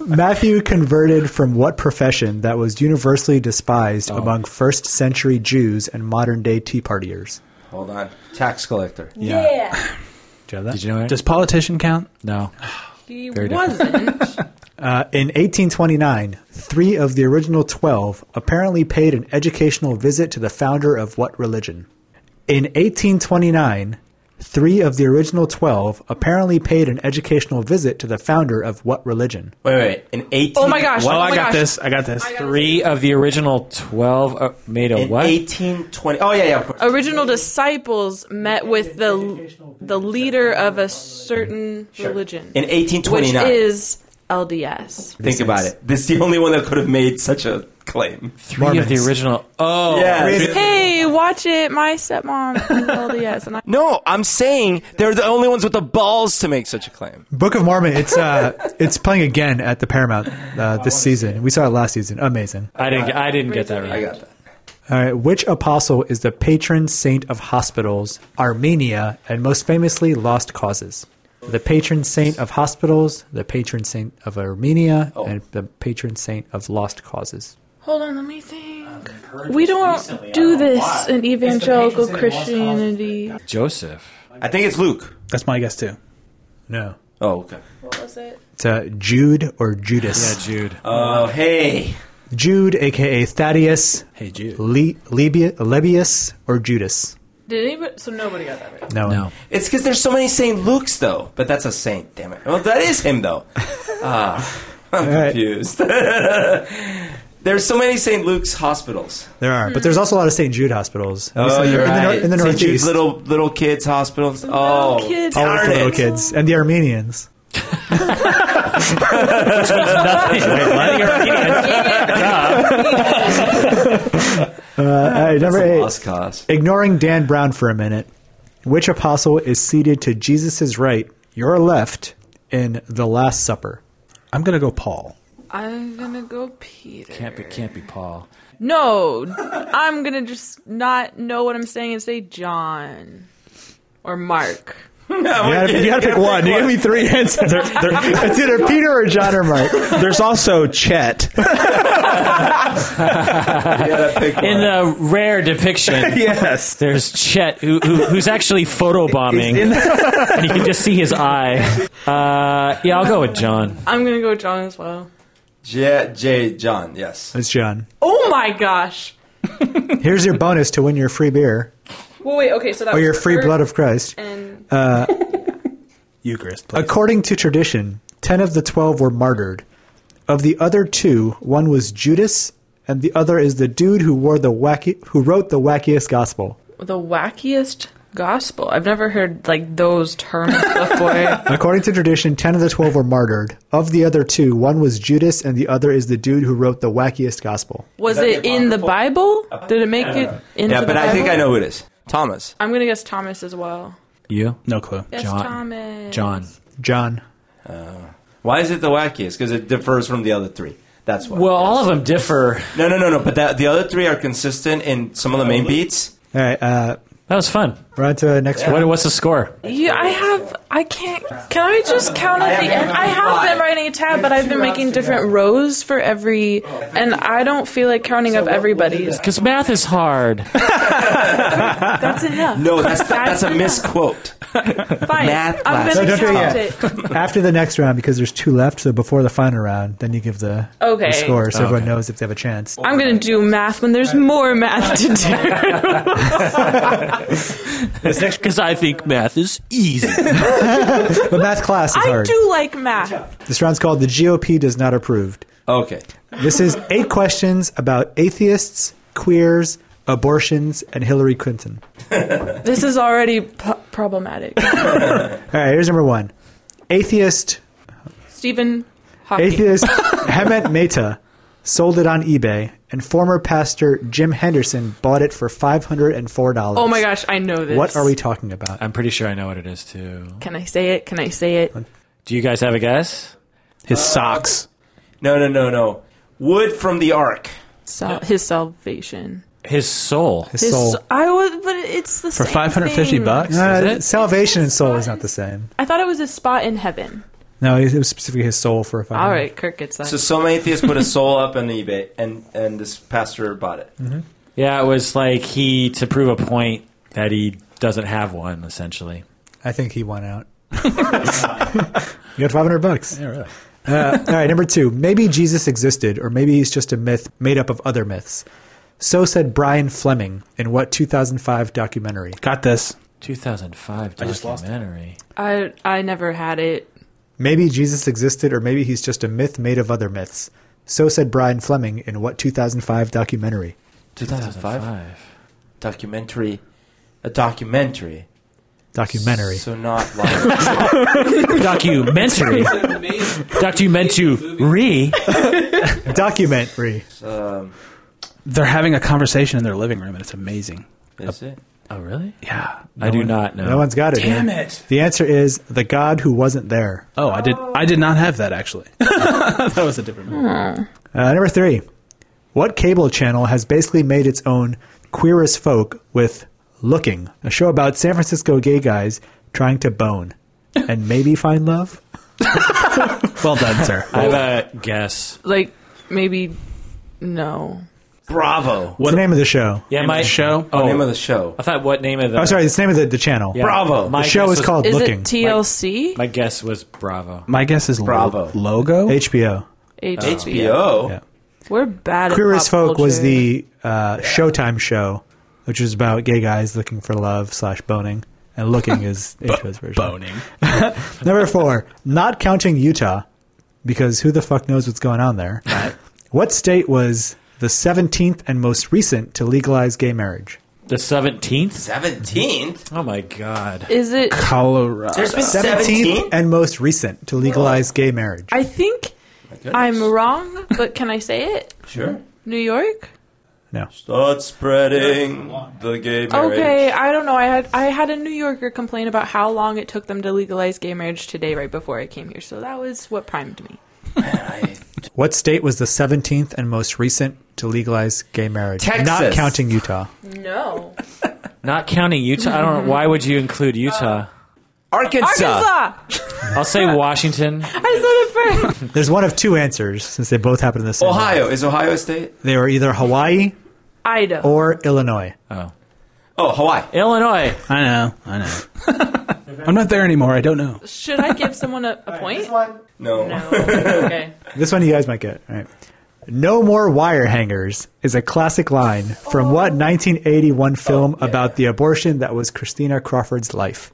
[SPEAKER 3] Matthew converted from what profession that was universally despised
[SPEAKER 2] Oh.
[SPEAKER 3] among first century Jews and modern day Tea Partiers?
[SPEAKER 5] Hold on. Tax collector.
[SPEAKER 3] Do you have that?
[SPEAKER 1] Did you know Aaron?
[SPEAKER 2] Does politician count?
[SPEAKER 1] no.
[SPEAKER 4] He
[SPEAKER 1] Very different.
[SPEAKER 4] wasn't.
[SPEAKER 3] Uh, in 1829, three of the original 12 apparently paid an educational visit to the founder of what religion? In 1829, three of the original 12 apparently paid an educational visit to the founder of what religion?
[SPEAKER 5] Wait, wait. An 18.
[SPEAKER 4] Oh my gosh!
[SPEAKER 2] Oh,
[SPEAKER 4] oh
[SPEAKER 2] I
[SPEAKER 4] my
[SPEAKER 2] got
[SPEAKER 4] gosh.
[SPEAKER 2] this. I got this.
[SPEAKER 1] Three of the original 12 uh, made a
[SPEAKER 5] In
[SPEAKER 1] what?
[SPEAKER 5] 1820. Oh, yeah, yeah, of course.
[SPEAKER 4] Original disciples met with the the leader of a certain religion,
[SPEAKER 5] In
[SPEAKER 4] which
[SPEAKER 5] 1829.
[SPEAKER 4] is LDS.
[SPEAKER 5] Think about it. This is the only one that could have made such a claim.
[SPEAKER 1] Three of the original. Oh.
[SPEAKER 5] Yeah.
[SPEAKER 4] Hey, watch it! My stepmom is LDS, and I.
[SPEAKER 5] No, I'm saying they're the only ones with the balls to make such a claim.
[SPEAKER 3] Book of Mormon, it's, uh, it's playing again at the Paramount uh, this season. We saw it last season. Amazing.
[SPEAKER 1] I didn't, I didn't get that
[SPEAKER 5] I
[SPEAKER 1] right.
[SPEAKER 5] got that.
[SPEAKER 3] All right, which apostle is the patron saint of hospitals, Armenia, and most famously lost causes? The patron saint of hospitals, the patron saint of Armenia,
[SPEAKER 1] Oh.
[SPEAKER 3] and the patron saint of lost causes.
[SPEAKER 4] Hold on, let me think. We Um, don't do this in evangelical Christianity.
[SPEAKER 1] Joseph.
[SPEAKER 5] I think it's Luke.
[SPEAKER 2] That's my guess too.
[SPEAKER 3] No.
[SPEAKER 5] Oh, okay.
[SPEAKER 4] What was it?
[SPEAKER 3] It's uh, Jude or Judas.
[SPEAKER 1] Jude.
[SPEAKER 5] Oh, hey.
[SPEAKER 3] Jude, aka Thaddeus,
[SPEAKER 1] hey, Jude.
[SPEAKER 3] Le- Lebia- Lebius, or Judas.
[SPEAKER 4] Did anybody? So nobody got that right.
[SPEAKER 3] No.
[SPEAKER 1] No.
[SPEAKER 5] It's because there's so many St. Luke's, though. But that's a saint, damn it. Well, that is him, though. Ah, I'm
[SPEAKER 3] right.
[SPEAKER 5] confused. there's so many St. Luke's hospitals.
[SPEAKER 3] There are. But there's also a lot of St. Jude hospitals. At least
[SPEAKER 5] Oh,
[SPEAKER 3] in, the-
[SPEAKER 5] you're
[SPEAKER 3] in the, nor-
[SPEAKER 5] right.
[SPEAKER 3] in the
[SPEAKER 5] St. Jude's
[SPEAKER 3] Northeast.
[SPEAKER 5] little, little kids' hospitals. oh,
[SPEAKER 4] kids.
[SPEAKER 3] all
[SPEAKER 5] darn
[SPEAKER 3] the little
[SPEAKER 5] it.
[SPEAKER 3] kids. And the Armenians. Uh, all right, number eight.
[SPEAKER 5] Lost cause.
[SPEAKER 3] Ignoring Dan Brown for a minute, which apostle is seated to Jesus' right, your left, in the Last Supper?
[SPEAKER 2] I'm gonna go Paul.
[SPEAKER 4] I'm gonna go Peter.
[SPEAKER 1] Can't be, can't be Paul.
[SPEAKER 4] No, I'm gonna just not know what I'm saying and say John or Mark.
[SPEAKER 5] No,
[SPEAKER 3] You gotta, you gotta pick one. You give me three answers. it's either Peter or John or Mark.
[SPEAKER 2] There's also Chet.
[SPEAKER 5] You gotta pick one.
[SPEAKER 1] In the rare depiction,
[SPEAKER 2] yes.
[SPEAKER 1] there's Chet, who, who, who's actually photobombing. and you can just see his eye. Uh, yeah, I'll go with John.
[SPEAKER 4] I'm gonna go John as well.
[SPEAKER 5] J, J. John, yes.
[SPEAKER 3] It's John.
[SPEAKER 4] Oh my gosh.
[SPEAKER 3] Here's your bonus to win your free beer
[SPEAKER 4] Well, wait. Okay, so that
[SPEAKER 3] or
[SPEAKER 4] was
[SPEAKER 3] your Oh, free
[SPEAKER 4] Kurt
[SPEAKER 3] blood of Uh, Christ.
[SPEAKER 4] and
[SPEAKER 2] Eucharist. Please.
[SPEAKER 3] According to tradition, 10 of the 12 were martyred. Of the other two, one was Judas, and the other is the dude who wore the wacky, who wrote the wackiest gospel.
[SPEAKER 4] the wackiest gospel. I've never heard like those terms before.
[SPEAKER 3] According to tradition, 10 of the 12 were martyred. Of the other two, one was Judas and the other is the dude who wrote the wackiest gospel.
[SPEAKER 4] Was
[SPEAKER 5] that
[SPEAKER 4] it
[SPEAKER 5] the
[SPEAKER 4] in the
[SPEAKER 5] apocryphal?
[SPEAKER 4] Bible? Did it make it into
[SPEAKER 5] Yeah,
[SPEAKER 4] the
[SPEAKER 5] but
[SPEAKER 4] Bible?
[SPEAKER 5] I think I know who it is. Thomas.
[SPEAKER 4] I'm gonna guess Thomas as well.
[SPEAKER 1] You?
[SPEAKER 2] No clue.
[SPEAKER 4] Yes,
[SPEAKER 1] John.
[SPEAKER 4] Thomas.
[SPEAKER 1] John.
[SPEAKER 3] John.
[SPEAKER 5] Why is it the wackiest? Because it differs from the other three. That's why.
[SPEAKER 1] Well, all of them differ.
[SPEAKER 5] no, no, no, no. But that, the other three are consistent in some of the main beats.
[SPEAKER 3] All right, uh,
[SPEAKER 1] That was fun.
[SPEAKER 3] we're on to the next one.
[SPEAKER 1] What, what's the score?
[SPEAKER 4] Yeah, I have. I can't. Can I just count at the end? I have been writing a tab, but I've been making different rows for every, and I don't feel like counting up everybody's.
[SPEAKER 1] Because math is hard.
[SPEAKER 4] That's enough.
[SPEAKER 5] No, that's that's a misquote.
[SPEAKER 4] Fine.
[SPEAKER 5] Math
[SPEAKER 4] I'm
[SPEAKER 5] class.
[SPEAKER 4] gonna
[SPEAKER 3] No, don't do
[SPEAKER 4] count
[SPEAKER 3] it
[SPEAKER 4] it.
[SPEAKER 3] After the next round, because there's two left, so before the final round, then you give the, the
[SPEAKER 4] Okay.
[SPEAKER 3] score so everyone
[SPEAKER 1] Oh, Okay.
[SPEAKER 3] knows if they have a chance.
[SPEAKER 4] I'm gonna do math when there's more math to do.
[SPEAKER 1] Because I think math is easy.
[SPEAKER 3] But math class is
[SPEAKER 4] I
[SPEAKER 3] hard.
[SPEAKER 4] do like math.
[SPEAKER 3] This round's called The GOP Does Not Approved.
[SPEAKER 5] Okay.
[SPEAKER 3] This is eight questions about atheists, queers, abortions, and Hillary Clinton.
[SPEAKER 4] This is already p- problematic.
[SPEAKER 3] All right, here's number one Atheist
[SPEAKER 4] Stephen Hawking.
[SPEAKER 3] Atheist Hemet Mehta sold it on eBay, and former pastor Jim Henderson bought it for five hundred and four dollars.
[SPEAKER 4] Oh my gosh, I know this.
[SPEAKER 3] What are we talking about?
[SPEAKER 1] I'm pretty sure I know what it is too.
[SPEAKER 4] Can I say it? Can I say it?
[SPEAKER 1] Do you guys have a guess?
[SPEAKER 2] His socks.
[SPEAKER 5] No, no, no, no. Wood from the Ark.
[SPEAKER 4] Sal- his salvation.
[SPEAKER 1] His soul.
[SPEAKER 3] His
[SPEAKER 4] His
[SPEAKER 3] soul.
[SPEAKER 4] I was, but it's the
[SPEAKER 2] For
[SPEAKER 4] same
[SPEAKER 2] 550
[SPEAKER 4] thing.
[SPEAKER 2] bucks?
[SPEAKER 3] Uh,
[SPEAKER 1] Is it?
[SPEAKER 3] Salvation and soul is not the same.
[SPEAKER 4] I thought it was a spot in heaven.
[SPEAKER 3] No, it was specifically his soul for a five.
[SPEAKER 4] All right, Kirk gets that.
[SPEAKER 5] So some atheist put a soul up on eBay, and and this pastor bought it.
[SPEAKER 1] Yeah, it was like he to prove a point that he doesn't have one. Essentially,
[SPEAKER 3] I think he won out. you got five hundred bucks.
[SPEAKER 2] Yeah, really.
[SPEAKER 3] Uh, all right, number two. Maybe Jesus existed, or maybe he's just a myth made up of other myths. So said Brian Fleming in what 2005 documentary?
[SPEAKER 2] Got this.
[SPEAKER 1] 2005
[SPEAKER 2] I just lost it.
[SPEAKER 1] documentary.
[SPEAKER 4] I I never had it.
[SPEAKER 3] Maybe Jesus existed, or maybe he's just a myth made of other myths. So said Brian Fleming in what 2005 documentary?
[SPEAKER 5] 2005 documentary, a documentary.
[SPEAKER 3] Documentary.
[SPEAKER 5] So not like
[SPEAKER 1] documentary. documentary.
[SPEAKER 3] documentary.
[SPEAKER 5] um,
[SPEAKER 2] They're having a conversation in their living room, and it's amazing.
[SPEAKER 5] is it?
[SPEAKER 1] Oh, really?
[SPEAKER 2] Yeah.
[SPEAKER 1] I do not know.
[SPEAKER 3] No one's got it.
[SPEAKER 2] Damn
[SPEAKER 3] man.
[SPEAKER 2] it.
[SPEAKER 3] The answer is the God who wasn't there.
[SPEAKER 2] Oh, I did. I did not have that actually. that was a different movie.
[SPEAKER 3] Uh, number three. What cable channel has basically made its own queer as folk with Looking, a show about San Francisco gay guys trying to bone and maybe find love?
[SPEAKER 2] Well done, sir. uh,
[SPEAKER 1] I have a guess.
[SPEAKER 4] Like maybe no.
[SPEAKER 5] Bravo.
[SPEAKER 3] What's the name of the show?
[SPEAKER 1] Yeah,
[SPEAKER 2] Name of
[SPEAKER 1] my
[SPEAKER 2] the show?
[SPEAKER 1] Oh,
[SPEAKER 5] Name of the show.
[SPEAKER 1] I thought what name of the?
[SPEAKER 3] Oh, sorry, it's the name of the, the channel.
[SPEAKER 1] Yeah.
[SPEAKER 5] Bravo.
[SPEAKER 1] My
[SPEAKER 3] The show
[SPEAKER 1] guess
[SPEAKER 3] is
[SPEAKER 1] was-
[SPEAKER 3] called
[SPEAKER 4] Is
[SPEAKER 3] Looking.
[SPEAKER 4] it TLC?
[SPEAKER 1] My guess was Bravo.
[SPEAKER 2] My guess is lo-
[SPEAKER 5] Bravo.
[SPEAKER 2] logo.
[SPEAKER 3] HBO.
[SPEAKER 4] HBO.
[SPEAKER 5] HBO.
[SPEAKER 2] Yeah.
[SPEAKER 4] We're bad at
[SPEAKER 3] Queer as
[SPEAKER 4] pop
[SPEAKER 3] Folk was
[SPEAKER 4] culture.
[SPEAKER 3] the uh, Showtime show, which is about gay guys looking for love slash boning, and looking is HBO's version.
[SPEAKER 2] Boning.
[SPEAKER 3] Number four, not counting Utah, because who the fuck knows what's going on there? what state was the 17th and most recent to legalize gay marriage?
[SPEAKER 1] The seventeenth.
[SPEAKER 5] Seventeenth.
[SPEAKER 1] Oh my god.
[SPEAKER 4] Is it
[SPEAKER 2] Colorado.
[SPEAKER 5] There's been
[SPEAKER 3] 17th
[SPEAKER 5] seventeen.
[SPEAKER 3] and most recent to legalize gay marriage.
[SPEAKER 4] I think I'm wrong, but can I say it?
[SPEAKER 5] sure.
[SPEAKER 4] New York?
[SPEAKER 5] Start spreading the gay marriage.
[SPEAKER 4] Okay, I don't know. I had I had a New Yorker complain about how long it took them to legalize gay marriage today, right before I came here. So that was what primed me.
[SPEAKER 3] What state was the 17th and most recent to legalize gay marriage? Not
[SPEAKER 5] Texas.
[SPEAKER 3] counting Utah.
[SPEAKER 4] No,
[SPEAKER 1] Not counting Utah. I don't. know. Why would you include Utah?
[SPEAKER 5] Arkansas.
[SPEAKER 4] Arkansas.
[SPEAKER 1] I'll say Washington.
[SPEAKER 4] I said it first.
[SPEAKER 3] There's one of two answers since they both happen in the same. round.
[SPEAKER 5] Ohio is Ohio a state.
[SPEAKER 3] They were either Hawaii
[SPEAKER 4] Idaho.
[SPEAKER 3] or Illinois.
[SPEAKER 1] Oh,
[SPEAKER 5] Oh, Hawaii.
[SPEAKER 1] Illinois.
[SPEAKER 2] I know. I know. I'm not there anymore. I don't know.
[SPEAKER 4] Should I give someone a, a point?
[SPEAKER 5] No.
[SPEAKER 4] No. Oh, Okay.
[SPEAKER 3] This one you guys might get. All right. No more wire hangers is a classic line from what 1981
[SPEAKER 1] Oh,
[SPEAKER 3] film about the abortion that was Christina Crawford's life.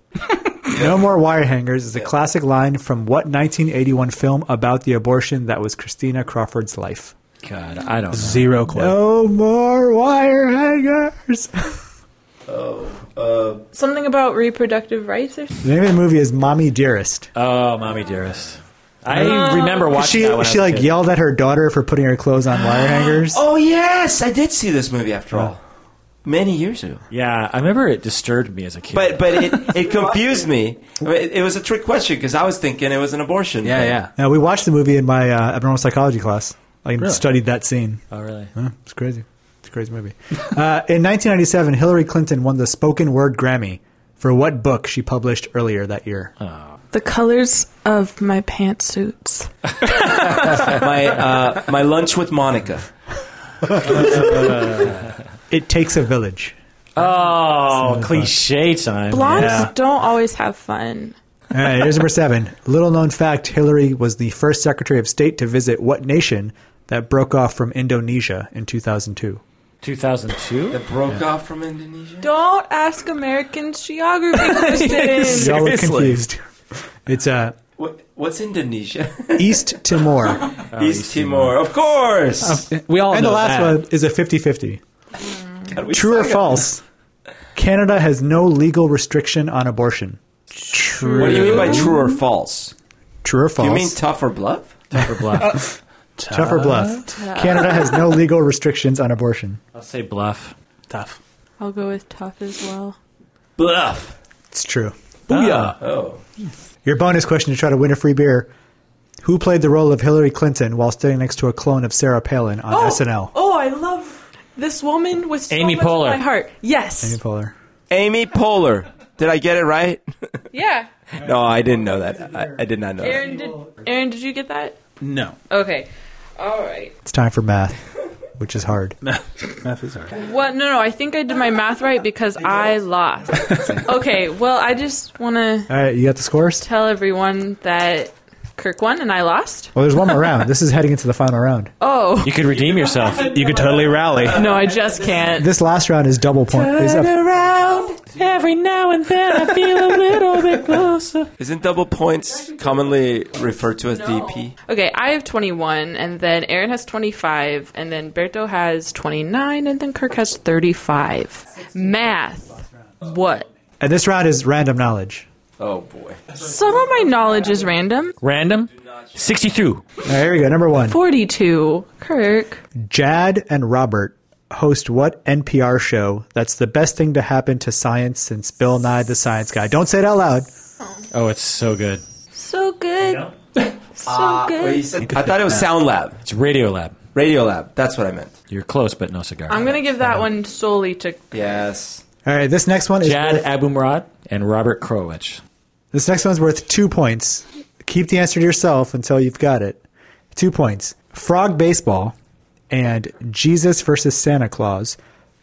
[SPEAKER 3] no more wire hangers is a classic line from what 1981 film about the abortion that was Christina Crawford's life.
[SPEAKER 1] God, I don't. know.
[SPEAKER 2] Zero clue.
[SPEAKER 3] No more wire hangers.
[SPEAKER 4] Something about reproductive rights or something?
[SPEAKER 3] The name of the movie is Mommy Dearest.
[SPEAKER 1] Oh, mommy dearest. I remember watching
[SPEAKER 3] Uh, She
[SPEAKER 1] that when
[SPEAKER 3] she
[SPEAKER 1] I was a
[SPEAKER 3] like
[SPEAKER 1] kid.
[SPEAKER 3] yelled at her daughter for putting her clothes on wire hangers.
[SPEAKER 5] Oh yes, I did see this movie after all, many years ago.
[SPEAKER 1] Yeah, I remember it disturbed me as a kid.
[SPEAKER 5] But but it, it confused me. I mean, it, it was a trick question because I was thinking it was an abortion.
[SPEAKER 2] Yeah, yeah.
[SPEAKER 3] Now we watched the movie in my uh, abnormal psychology class. I
[SPEAKER 2] Really?
[SPEAKER 3] studied that scene.
[SPEAKER 1] oh, really?
[SPEAKER 3] Huh, it's crazy. It's a crazy movie. uh, in 1997, Hillary Clinton won the Spoken Word Grammy for what book she published earlier that year?
[SPEAKER 4] The colors of my pantsuits.
[SPEAKER 5] My uh, my lunch with Monica.
[SPEAKER 3] It Takes a Village.
[SPEAKER 1] Oh, cliche time.
[SPEAKER 4] Blondes
[SPEAKER 2] Yeah.
[SPEAKER 4] don't always have fun.
[SPEAKER 3] All right, here's number seven. Little known fact Hillary was the first Secretary of State to visit what nation that broke off from Indonesia in 2002?
[SPEAKER 1] 2002?
[SPEAKER 5] That broke off from Indonesia.
[SPEAKER 4] Don't ask Americans geography questions.
[SPEAKER 3] Y'all were
[SPEAKER 2] Seriously?
[SPEAKER 3] confused. It's uh,
[SPEAKER 5] What, what's Indonesia?
[SPEAKER 3] Oh, East Timor.
[SPEAKER 5] East Timor, of course.
[SPEAKER 1] Um,
[SPEAKER 2] We all
[SPEAKER 3] And
[SPEAKER 2] know
[SPEAKER 3] the last
[SPEAKER 2] that.
[SPEAKER 3] one is a 50 50.
[SPEAKER 5] God, we
[SPEAKER 3] True or
[SPEAKER 5] suck at-
[SPEAKER 3] false? Canada has no legal restriction on abortion.
[SPEAKER 5] What do you mean by true or false?
[SPEAKER 3] True or
[SPEAKER 5] Do
[SPEAKER 3] false?
[SPEAKER 5] you mean tough or bluff?
[SPEAKER 1] Tough or bluff?
[SPEAKER 3] Tough or bluff? Canada has no legal restrictions on abortion.
[SPEAKER 1] I'll say bluff.
[SPEAKER 2] Tough.
[SPEAKER 4] I'll go with tough as well.
[SPEAKER 5] Bluff.
[SPEAKER 3] It's true.
[SPEAKER 2] Booyah.
[SPEAKER 1] Uh,
[SPEAKER 5] Oh,
[SPEAKER 3] Your bonus question to try to win a free beer. Who played the role of Hillary Clinton while standing next to a clone of Sarah Palin on SNL?
[SPEAKER 4] Oh, I love this woman with so
[SPEAKER 1] Amy
[SPEAKER 4] much of
[SPEAKER 1] Poehler.
[SPEAKER 4] my heart. Yes.
[SPEAKER 3] Amy Poehler.
[SPEAKER 5] Amy Poehler. Did I get it right?
[SPEAKER 4] yeah.
[SPEAKER 5] No, I didn't know that. I, I did not know. That.
[SPEAKER 4] Aaron did, Aaron, did you get that?
[SPEAKER 2] No.
[SPEAKER 4] Okay. All right.
[SPEAKER 3] It's time for math, which is hard.
[SPEAKER 2] Math is hard.
[SPEAKER 4] What? No, no. I think I did my math right because I lost. Okay. Well, I just want to
[SPEAKER 3] All right, you got the scores?
[SPEAKER 4] tell everyone that Kirk won and I lost.
[SPEAKER 3] Well, there's one more round. This is heading into the final round.
[SPEAKER 4] Oh.
[SPEAKER 1] You could redeem yourself.
[SPEAKER 2] You could totally rally.
[SPEAKER 4] No, I just can't.
[SPEAKER 3] This last round is double point. Is up-
[SPEAKER 1] Every now and then I feel a little bit closer.
[SPEAKER 5] Isn't double points commonly referred to as DP?
[SPEAKER 4] Okay, I have 21, and then Aaron has 25, and then Berto has 29, and then Kirk has 35. Math. What?
[SPEAKER 3] and this round is random knowledge.
[SPEAKER 5] Oh boy.
[SPEAKER 4] Some of my knowledge is random.
[SPEAKER 1] Random? 62.
[SPEAKER 3] All right, here we go. Number one
[SPEAKER 4] 42. Kirk.
[SPEAKER 3] Jad and Robert host what NPR show that's the best thing to happen to science since Bill Nye the Science Guy? Don't say it out loud.
[SPEAKER 1] Oh, it's so good.
[SPEAKER 4] So good. So
[SPEAKER 5] Wait, you
[SPEAKER 4] good.
[SPEAKER 5] said, I thought it was Sound Lab,
[SPEAKER 1] It's Radiolab.
[SPEAKER 5] Radio Lab. That's what I meant.
[SPEAKER 1] You're close, but no cigar.
[SPEAKER 4] I'm going to give that one solely to.
[SPEAKER 5] Yes.
[SPEAKER 3] All right, this next one is
[SPEAKER 1] Jad
[SPEAKER 3] worth,
[SPEAKER 1] Abumrad and Robert Krowich.
[SPEAKER 3] this next one's worth two points. Keep the answer to yourself until you've got it. Two points. Frog baseball and Jesus versus Santa Claus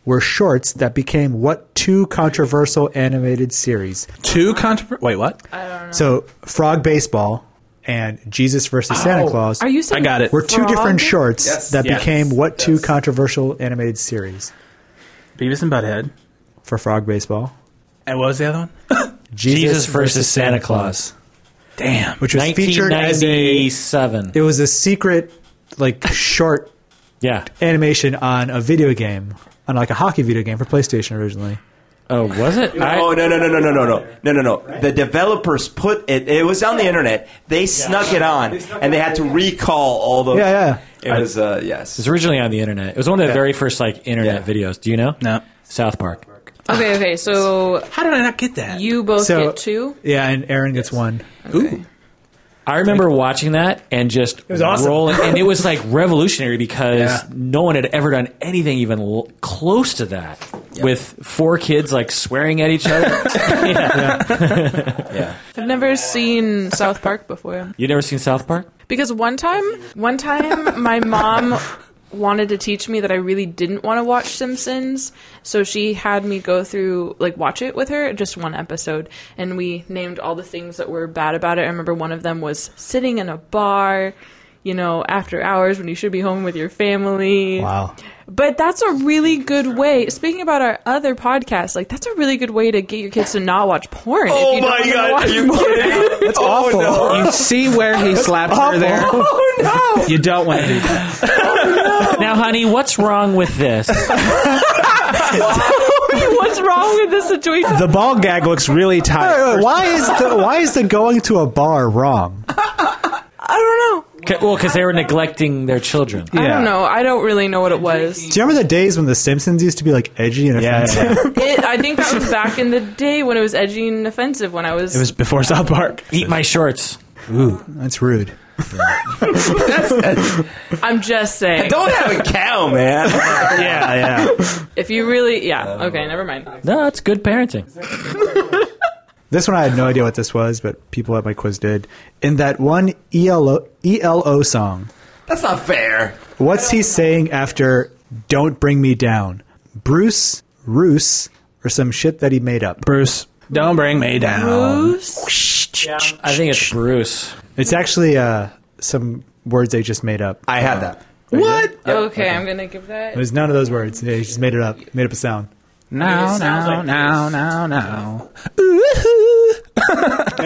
[SPEAKER 3] were shorts that became what two controversial animated series?
[SPEAKER 2] Two controversial. Wait, what?
[SPEAKER 3] So Frog baseball and Jesus versus Santa Claus
[SPEAKER 4] Oh, Are you saying
[SPEAKER 2] I got it.
[SPEAKER 3] were two
[SPEAKER 4] frog?
[SPEAKER 3] different shorts
[SPEAKER 5] Yes.
[SPEAKER 3] that
[SPEAKER 2] Yes.
[SPEAKER 3] became what two controversial animated series
[SPEAKER 2] Beavis and Butthead.
[SPEAKER 3] for Frog baseball?
[SPEAKER 2] And what was the other one?
[SPEAKER 1] Jesus versus Santa Claus.
[SPEAKER 2] Damn.
[SPEAKER 3] which was featured as a
[SPEAKER 1] 1997.
[SPEAKER 3] it was a secret like short
[SPEAKER 1] Yeah.
[SPEAKER 3] animation on a video game, on like a hockey video game for PlayStation originally.
[SPEAKER 1] Oh, was it? I-
[SPEAKER 5] oh no no no no no no no no no no! The developers put it. It was on the internet. They snuck it on, and they had to recall all the.
[SPEAKER 3] Yeah,
[SPEAKER 5] It was uh, yes.
[SPEAKER 1] It was originally on the internet. It was one of the very first like internet
[SPEAKER 5] Yeah.
[SPEAKER 1] videos. Do you know?
[SPEAKER 2] No.
[SPEAKER 1] South Park.
[SPEAKER 4] Okay, okay. So
[SPEAKER 2] How did I not get that?
[SPEAKER 4] you both
[SPEAKER 3] So-
[SPEAKER 4] get two?
[SPEAKER 3] yeah, and Aaron gets one.
[SPEAKER 2] Ooh.
[SPEAKER 1] I remember watching that and just it
[SPEAKER 2] was awesome.
[SPEAKER 1] rolling, and it was like revolutionary because
[SPEAKER 2] Yeah.
[SPEAKER 1] no one had ever done anything even l- close to that with four kids like swearing at each other. Yeah.
[SPEAKER 5] Yeah.
[SPEAKER 4] I've never seen South Park before.
[SPEAKER 1] You never seen South Park?
[SPEAKER 4] Because one time, one time, my mom wanted to teach me that I really didn't want to watch Simpsons, so she had me go through like watch it with her, just one episode, and we named all the things that were bad about it. I remember one of them was sitting in a bar, you know, after hours when you should be home with your family.
[SPEAKER 3] Wow.
[SPEAKER 4] But that's a really good way. Speaking about our other podcast, like that's a really good way to get your kids to not watch porn. if you don't want them to watch porn.
[SPEAKER 5] kidding? That's
[SPEAKER 2] Oh,
[SPEAKER 5] awful.
[SPEAKER 2] You see where he slapped her there? You don't want to do that.
[SPEAKER 1] Now, honey, what's wrong with this?
[SPEAKER 4] What's wrong with this situation?
[SPEAKER 2] The ball gag looks really tight.
[SPEAKER 3] Why is the why is the going to a bar wrong?
[SPEAKER 4] I don't know.
[SPEAKER 1] C- well, because they were neglecting their children.
[SPEAKER 4] I
[SPEAKER 2] Yeah.
[SPEAKER 4] don't know. I don't really know what it was.
[SPEAKER 3] Do you remember the days when The Simpsons used to be like edgy and
[SPEAKER 2] Yeah,
[SPEAKER 3] offensive?
[SPEAKER 2] yeah, yeah.
[SPEAKER 4] It, I think that was back in the day when it was edgy and offensive. When I was,
[SPEAKER 2] It was before South Park.
[SPEAKER 1] Eat my shorts.
[SPEAKER 3] That's rude.
[SPEAKER 4] I'm just saying.
[SPEAKER 5] Don't have a cow, man.
[SPEAKER 2] Yeah, yeah.
[SPEAKER 4] If you really, yeah. Okay, never mind.
[SPEAKER 1] No, it's good parenting.
[SPEAKER 3] This one I had no idea what this was, but people at my quiz did. In that one E ELO ELO song,
[SPEAKER 5] That's not fair.
[SPEAKER 3] What's he saying after "Don't Bring Me Down"? Bruce, Roos, or some shit that he made up.
[SPEAKER 2] Bruce, don't bring me down.
[SPEAKER 4] Bruce?
[SPEAKER 1] I think it's Bruce.
[SPEAKER 3] It's actually uh, some words they just made up.
[SPEAKER 5] I had that.
[SPEAKER 2] What?
[SPEAKER 4] Okay, I'm gonna give
[SPEAKER 3] It
[SPEAKER 4] that.
[SPEAKER 3] was none of those words. They just made it up. Made up a sound.
[SPEAKER 2] No,
[SPEAKER 4] It sounds
[SPEAKER 2] no,
[SPEAKER 4] like
[SPEAKER 2] no, no, no.
[SPEAKER 5] No, no, no. But I,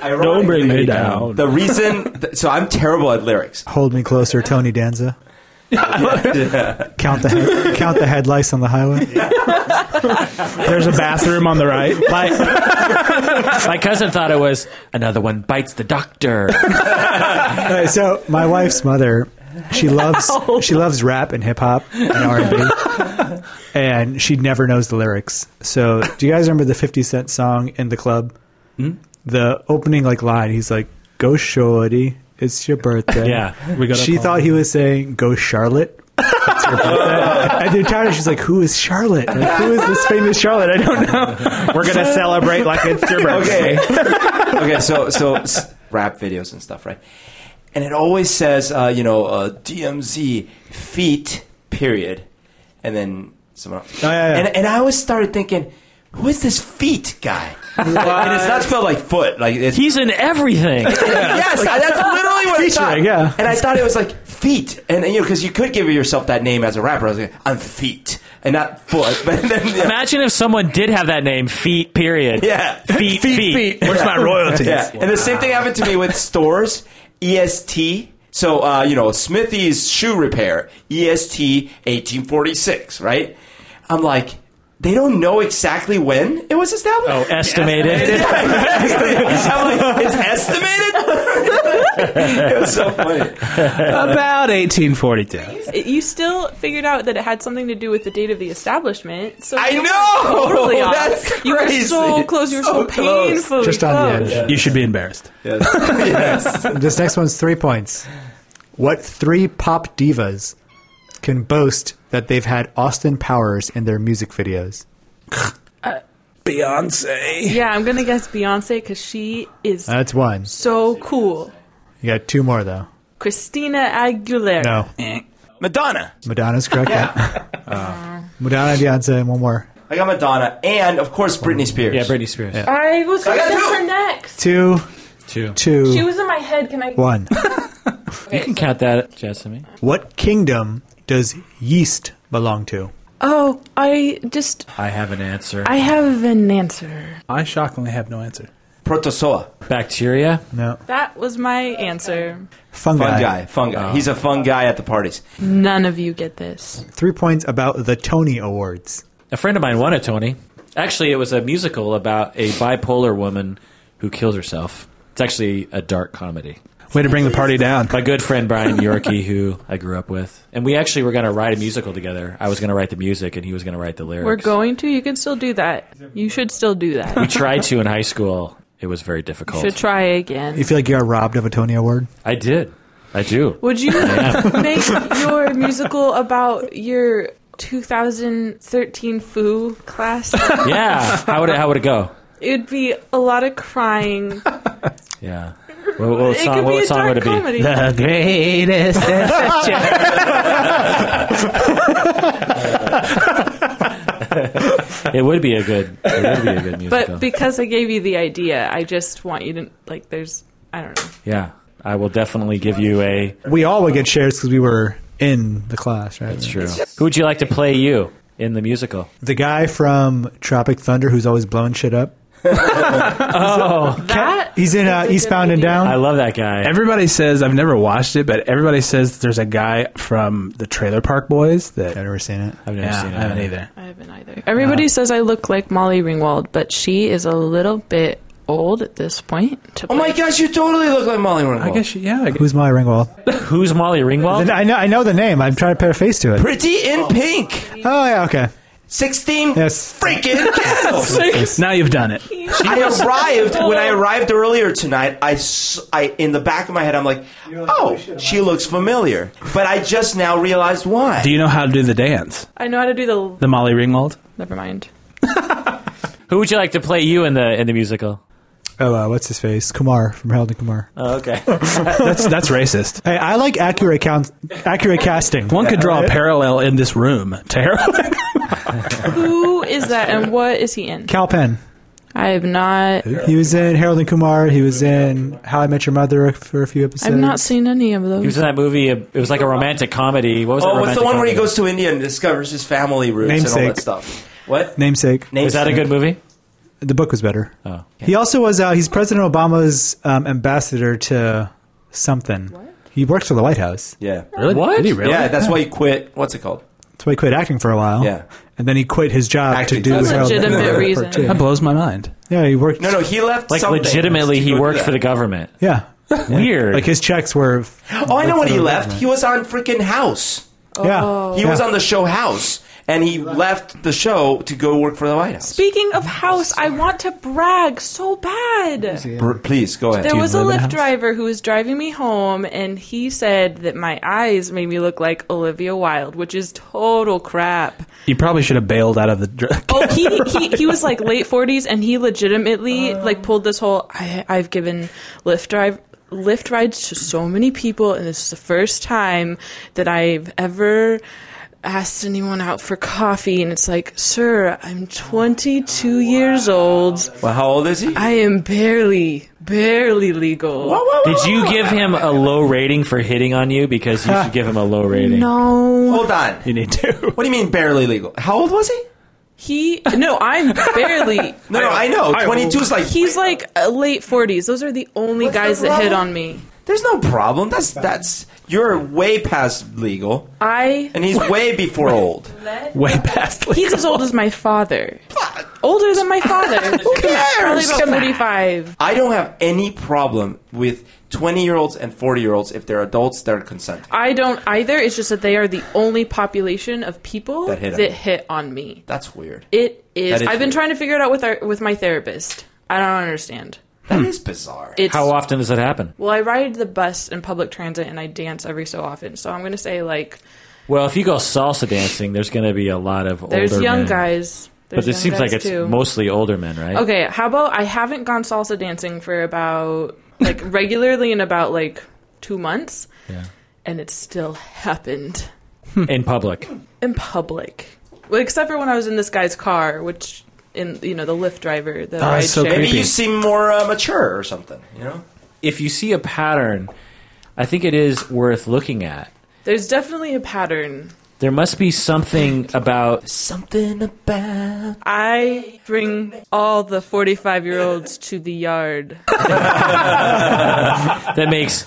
[SPEAKER 2] Don't bring me
[SPEAKER 5] Ironically,
[SPEAKER 2] down.
[SPEAKER 5] The reason, th- so I'm terrible at lyrics.
[SPEAKER 3] Hold me closer, Tony Danza. Count the head, count the headlights on the highway.
[SPEAKER 2] There's a bathroom on the right. Like,
[SPEAKER 1] My cousin thought it was another one bites the doctor.
[SPEAKER 3] Uh, so my wife's mother, she loves she loves rap and hip hop and R and B, and she never knows the lyrics. So do you guys remember the Fifty Cent song in the club?
[SPEAKER 2] Hmm?
[SPEAKER 3] The opening like line, he's like, "Go shorty, it's your birthday."
[SPEAKER 1] Yeah.
[SPEAKER 2] we got
[SPEAKER 3] She thought he was saying, "Go Charlotte." It's your birthday. and the entire time she's like, "Who is Charlotte? Like, who is this famous Charlotte? I don't know."
[SPEAKER 2] we're gonna celebrate like it's your
[SPEAKER 5] Okay. okay, so, so s- rap videos and stuff, right? And it always says, uh, you know, uh, DMZ feet, period. And then someone else.
[SPEAKER 3] Oh, yeah, yeah.
[SPEAKER 5] And, and I always started thinking, who is this feet guy? Like, and it's not spelled like foot. Like it's
[SPEAKER 1] He's in everything.
[SPEAKER 5] yes, I- that's literally what I thought.
[SPEAKER 3] Featuring, yeah.
[SPEAKER 5] And I thought it was like feet, and you know, because you could give yourself that name as a rapper. I was like, I'm feet, and not foot. But then, yeah,
[SPEAKER 1] Imagine if someone did have that name, Feet. Period.
[SPEAKER 5] yeah.
[SPEAKER 1] Feet. Feet.
[SPEAKER 2] Where's my royalties?
[SPEAKER 5] yeah. And the same thing happened to me with stores, EST. So uh, you know, Smithy's shoe repair, E EST 1846, right? I'm like, they don't know exactly when it was established.
[SPEAKER 1] Oh, estimated.
[SPEAKER 5] Yeah, exactly. I'm like, it's estimated. it was so funny.
[SPEAKER 2] About 1842.
[SPEAKER 4] It- you still figured out that it had something to do with the date of the establishment. So
[SPEAKER 5] I
[SPEAKER 4] you were
[SPEAKER 5] know!
[SPEAKER 4] totally off.
[SPEAKER 5] That's
[SPEAKER 4] you
[SPEAKER 5] crazy.
[SPEAKER 4] were so close. You were so,
[SPEAKER 5] So close.
[SPEAKER 4] painfully
[SPEAKER 3] Just
[SPEAKER 4] close.
[SPEAKER 3] on the edge.
[SPEAKER 2] You should be embarrassed.
[SPEAKER 5] Yes.
[SPEAKER 3] This next one's three points. What three pop divas can boast that they've had Austin Powers in their music videos?
[SPEAKER 2] Beyonce.
[SPEAKER 4] Yeah, I'm gonna guess Beyonce because she is
[SPEAKER 3] That's one.
[SPEAKER 4] so cool.
[SPEAKER 3] You got two more though.
[SPEAKER 4] Christina Aguilera.
[SPEAKER 3] No,
[SPEAKER 5] Madonna.
[SPEAKER 3] Madonna's correct. Uh, Madonna, Beyonce, and one more.
[SPEAKER 5] I got Madonna, and of course Britney Spears.
[SPEAKER 1] Yeah, Britney Spears.
[SPEAKER 4] I was
[SPEAKER 5] I
[SPEAKER 4] gonna
[SPEAKER 5] got
[SPEAKER 4] guess
[SPEAKER 5] two.
[SPEAKER 4] her next.
[SPEAKER 3] Two,
[SPEAKER 1] Two.
[SPEAKER 3] two,
[SPEAKER 4] She was in my head. Can I?
[SPEAKER 3] one.
[SPEAKER 1] You can count that, Jessamy.
[SPEAKER 3] What kingdom does yeast belong to?
[SPEAKER 4] Oh, I just
[SPEAKER 1] I have an answer.
[SPEAKER 4] I have an answer.
[SPEAKER 2] I shockingly have no answer.
[SPEAKER 5] Protozoa.
[SPEAKER 1] Bacteria.
[SPEAKER 3] No,
[SPEAKER 4] That was my answer.
[SPEAKER 3] fungi.
[SPEAKER 5] Fun guy. Fun guy. He's a fun guy at the parties.
[SPEAKER 4] None of you get this.
[SPEAKER 3] Three points about the Tony Awards.
[SPEAKER 1] A friend of mine won a Tony. Actually, it was a musical about a bipolar woman who killed herself. It's actually a dark comedy.
[SPEAKER 2] Way to bring the party down.
[SPEAKER 1] My good friend Brian Yorkie, who I grew up with, and we actually were going to write a musical together. I was going to write the music, and he was going to write the lyrics.
[SPEAKER 4] We're going to. You can still do that. You should still do
[SPEAKER 1] We
[SPEAKER 4] that.
[SPEAKER 1] tried to in high school. It was very difficult.
[SPEAKER 4] should try again.
[SPEAKER 3] You feel like you got robbed of a Tony Award?
[SPEAKER 1] I did. I do.
[SPEAKER 4] Would you make your musical about your 2013 Foo class?
[SPEAKER 1] Yeah. How would it, how would it go?
[SPEAKER 4] It'd be a lot of crying.
[SPEAKER 1] Yeah. What, what
[SPEAKER 4] it could
[SPEAKER 1] song,
[SPEAKER 4] be
[SPEAKER 1] what
[SPEAKER 4] a
[SPEAKER 1] song
[SPEAKER 4] dark
[SPEAKER 1] would it be?
[SPEAKER 4] comedy.
[SPEAKER 2] The greatest.
[SPEAKER 1] It would be a good. It would be a good musical.
[SPEAKER 4] But because I gave you the idea, I just want you to like. There's, I don't know.
[SPEAKER 1] yeah, I will definitely give you a.
[SPEAKER 3] We all would get shares because we were in the class, right? That's
[SPEAKER 1] True. Who would you like to play you in the musical?
[SPEAKER 3] The guy from Tropic Thunder who's always blowing shit up.
[SPEAKER 4] That
[SPEAKER 3] He's in uh,
[SPEAKER 4] That's a good
[SPEAKER 3] Eastbound and
[SPEAKER 4] idea.
[SPEAKER 3] Down.
[SPEAKER 1] I love that guy.
[SPEAKER 2] Everybody says I've never watched it, but everybody says there's a guy from the Trailer Park Boys that.
[SPEAKER 3] I've never seen it.
[SPEAKER 1] I've never
[SPEAKER 2] yeah,
[SPEAKER 1] seen it.
[SPEAKER 2] I haven't either.
[SPEAKER 4] I haven't either. Everybody says I look like Molly Ringwald, but she is a little bit old at this point. To
[SPEAKER 5] Oh my gosh, you totally look like Molly Ringwald.
[SPEAKER 2] I guess yeah. I guess.
[SPEAKER 3] Who's Molly Ringwald?
[SPEAKER 1] Who's Molly Ringwald?
[SPEAKER 3] I know, I know the name. I'm trying to put a face to it.
[SPEAKER 5] Pretty in pink.
[SPEAKER 3] Oh yeah, okay.
[SPEAKER 5] 16
[SPEAKER 3] Yes.
[SPEAKER 5] freaking candles.
[SPEAKER 2] Now you've done it.
[SPEAKER 5] I arrived, when I arrived earlier tonight, I, s- I- in the back of my head, I'm like, oh, she looks familiar. But I just now realized why.
[SPEAKER 2] Do you know how to do the dance?
[SPEAKER 4] I know how to do the.
[SPEAKER 2] The Molly Ringwald.
[SPEAKER 4] Never mind.
[SPEAKER 1] Who would you like to play you in the in the musical?
[SPEAKER 3] Oh, uh, what's his face? Kumar from Harold and Kumar.
[SPEAKER 4] Uh.
[SPEAKER 1] Oh, okay.
[SPEAKER 2] That's that's racist.
[SPEAKER 3] Hey, I like accurate count, accurate casting.
[SPEAKER 2] One could draw a parallel in this room to heroin.
[SPEAKER 4] Who is that and what is he in?
[SPEAKER 3] Cal Penn.
[SPEAKER 4] I have not.
[SPEAKER 3] He was in Harold and Kumar. He was in How I Met Your Mother for a few episodes.
[SPEAKER 4] I've not seen any of those.
[SPEAKER 1] He was in that movie. uh, It was like a romantic comedy. What was that
[SPEAKER 5] Oh, what's
[SPEAKER 1] romantic
[SPEAKER 5] the one where
[SPEAKER 1] comedy?
[SPEAKER 5] he goes to India and discovers his family roots and all
[SPEAKER 3] Namesake.
[SPEAKER 5] that stuff? What?
[SPEAKER 3] Namesake.
[SPEAKER 1] Is that a good movie?
[SPEAKER 3] The book was better.
[SPEAKER 1] Oh,
[SPEAKER 3] He also was. Uh, he's President Obama's um, ambassador to something. He works for the White House.
[SPEAKER 5] Yeah.
[SPEAKER 2] Really?
[SPEAKER 1] What?
[SPEAKER 2] Did he really?
[SPEAKER 5] Yeah, that's why he quit. What's it called?
[SPEAKER 3] That's why he quit acting for a while.
[SPEAKER 5] Yeah.
[SPEAKER 3] And then he quit his job to
[SPEAKER 5] Acting.
[SPEAKER 3] do
[SPEAKER 5] That's
[SPEAKER 4] a
[SPEAKER 3] Harold and
[SPEAKER 4] legitimate
[SPEAKER 3] Kumar
[SPEAKER 4] reason.
[SPEAKER 3] Part Two.
[SPEAKER 2] That blows my mind.
[SPEAKER 3] Yeah, he worked.
[SPEAKER 5] No, no, he left.
[SPEAKER 1] like
[SPEAKER 5] something
[SPEAKER 1] legitimately,
[SPEAKER 5] to
[SPEAKER 1] he
[SPEAKER 5] go do
[SPEAKER 1] worked
[SPEAKER 5] that.
[SPEAKER 1] for the government.
[SPEAKER 3] Yeah.
[SPEAKER 1] Weird.
[SPEAKER 3] Like his checks were.
[SPEAKER 5] Oh, I know when he left. He was on freaking House.
[SPEAKER 4] Oh.
[SPEAKER 3] Yeah.
[SPEAKER 5] He
[SPEAKER 3] yeah.
[SPEAKER 5] was on the show House, and he left the show to go work for the White House.
[SPEAKER 4] Speaking of house, I want to brag so bad.
[SPEAKER 5] Br- please go ahead.
[SPEAKER 4] There was a
[SPEAKER 2] live in a
[SPEAKER 4] Lyft
[SPEAKER 2] house?
[SPEAKER 4] driver who was driving me home, and he said that my eyes made me look like Olivia Wilde, which is total crap.
[SPEAKER 2] You probably should have bailed out of the. Dr-
[SPEAKER 4] Oh, he, he, he was like late 40s, and he legitimately
[SPEAKER 5] Oh.
[SPEAKER 4] like pulled this whole I, I've given Lyft drive. Lyft rides to so many people, and this is the first time that I've ever asked anyone out for coffee. And it's like, sir, I'm
[SPEAKER 5] Oh,
[SPEAKER 4] 22 years old.
[SPEAKER 5] well, how old is he?
[SPEAKER 4] I am barely, barely legal.
[SPEAKER 1] Did you give him a low rating for hitting on you? Because you should give him a low rating.
[SPEAKER 4] No.
[SPEAKER 5] Hold on.
[SPEAKER 2] you need to.
[SPEAKER 5] What do you mean barely legal? How old was he?
[SPEAKER 4] He no, I'm barely.
[SPEAKER 5] No, no, I know. Twenty two is like
[SPEAKER 4] He's like uh, late forties. Those are the only
[SPEAKER 5] What's
[SPEAKER 4] guys
[SPEAKER 5] the
[SPEAKER 4] that hit
[SPEAKER 5] problem?
[SPEAKER 4] on me.
[SPEAKER 5] There's no problem. That's that's you're way past legal,
[SPEAKER 4] I
[SPEAKER 5] and he's way before old.
[SPEAKER 2] Way past. Like,
[SPEAKER 4] he's as old as my father. Older than my father. Who Probably
[SPEAKER 5] cares?
[SPEAKER 4] about forty-five.
[SPEAKER 5] I don't have any problem with twenty year olds and forty year olds if they're adults that are consenting.
[SPEAKER 4] I don't either. It's just that they are the only population of people
[SPEAKER 5] That hit on you.
[SPEAKER 4] on me.
[SPEAKER 5] That's weird.
[SPEAKER 4] It is.
[SPEAKER 5] That is
[SPEAKER 4] I've been
[SPEAKER 5] weird.
[SPEAKER 4] trying to figure it out with our with my therapist. I don't understand.
[SPEAKER 5] That is bizarre.
[SPEAKER 4] It's
[SPEAKER 1] How often does that happen?
[SPEAKER 4] well, I ride the bus and public transit, and I dance every so often. So I'm gonna say like
[SPEAKER 1] Well, if you go salsa dancing, there's going to be a lot of
[SPEAKER 4] there's
[SPEAKER 1] older
[SPEAKER 4] young
[SPEAKER 1] men.
[SPEAKER 4] guys.
[SPEAKER 1] But
[SPEAKER 4] There's
[SPEAKER 1] it
[SPEAKER 4] young
[SPEAKER 1] seems like
[SPEAKER 4] guys,
[SPEAKER 1] it's
[SPEAKER 4] too.
[SPEAKER 1] mostly older men, right?
[SPEAKER 4] Okay, how about I haven't gone salsa dancing for about like regularly in about like two months,
[SPEAKER 1] Yeah.
[SPEAKER 4] and it still happened
[SPEAKER 1] In public.
[SPEAKER 4] in public. Well, except for when I was in this guy's car, which in you know the Lyft driver, the
[SPEAKER 2] Oh,
[SPEAKER 4] ride
[SPEAKER 2] that's so
[SPEAKER 4] share.
[SPEAKER 5] Maybe
[SPEAKER 2] creepy.
[SPEAKER 5] you seem more uh, mature or something. You know.
[SPEAKER 1] If you see a pattern, I think it is worth looking at.
[SPEAKER 4] There's definitely a pattern.
[SPEAKER 1] There must be something about
[SPEAKER 5] Something about
[SPEAKER 4] I bring all the 45 year olds to the yard.
[SPEAKER 1] that makes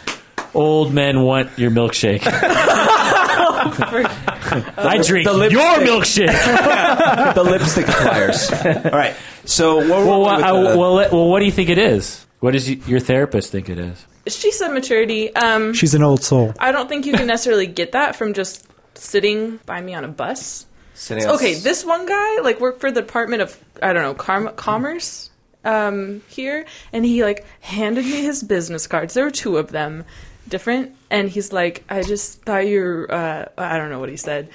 [SPEAKER 1] old men want your milkshake. I drink
[SPEAKER 5] The lipstick.
[SPEAKER 1] your milkshake.
[SPEAKER 5] the lipstick pliers. All right. So what?
[SPEAKER 1] well,
[SPEAKER 5] we're
[SPEAKER 1] what,
[SPEAKER 5] with uh,
[SPEAKER 1] I,
[SPEAKER 5] the-
[SPEAKER 1] well, let- well, what do you think it is? What does y- your therapist think it is?
[SPEAKER 4] She said maturity. Um,
[SPEAKER 3] She's an old soul.
[SPEAKER 4] I don't think you can necessarily get that from just sitting by me on a bus.
[SPEAKER 5] sitting on-
[SPEAKER 4] Okay, this one guy like worked for the Department of I don't know Car- Commerce um, here, and he like handed me his business cards. There were two of them, different, and he's like, "I just thought you're uh, I don't know what he said."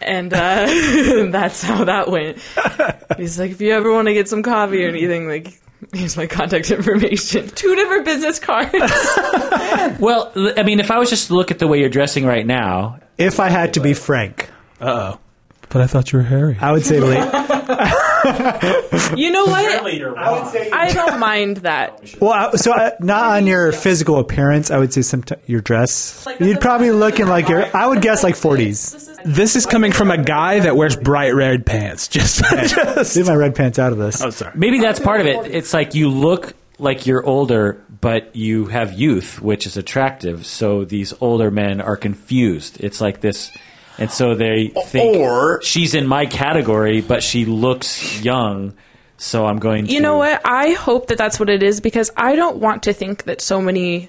[SPEAKER 4] And uh, that's how that went. He's like, if you ever want to get some coffee or anything, like, here's my contact information. Two different business cards.
[SPEAKER 1] Well, l- I mean, if I was just to look at the way you're dressing right now,
[SPEAKER 3] If I had to be frank,
[SPEAKER 2] Uh oh. But I thought you were Harry.
[SPEAKER 3] I would say late.
[SPEAKER 4] You know what? I don't mind that.
[SPEAKER 3] Well, I- so uh, not on your physical appearance, I would say some your dress.
[SPEAKER 4] Like,
[SPEAKER 3] You'd
[SPEAKER 4] that's
[SPEAKER 3] probably
[SPEAKER 4] a-
[SPEAKER 3] look in like your. I would guess like 40s.
[SPEAKER 4] This is
[SPEAKER 2] This is coming from a guy that wears bright red pants. Just, just.
[SPEAKER 3] Leave my red pants out of this.
[SPEAKER 2] Oh, sorry.
[SPEAKER 1] maybe that's part of it. It's like you look like you're older, but you have youth, which is attractive. So these older men are confused. It's like this. And so they think
[SPEAKER 5] Or-
[SPEAKER 1] she's in my category, but she looks young. So I'm going to.
[SPEAKER 4] You know what? I hope that that's what it is because I don't want to think that so many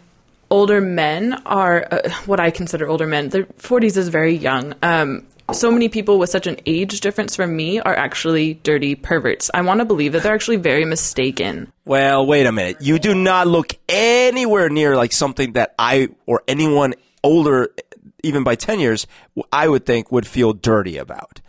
[SPEAKER 4] older men are uh, what I consider older men. The 40s is very young. Um, so many people with such an age difference from me are actually dirty perverts. I want to believe that they're actually very mistaken.
[SPEAKER 5] Well, wait a minute. You do not look anywhere near like something that I or anyone older, even by 10 years, w- I would think would feel dirty about.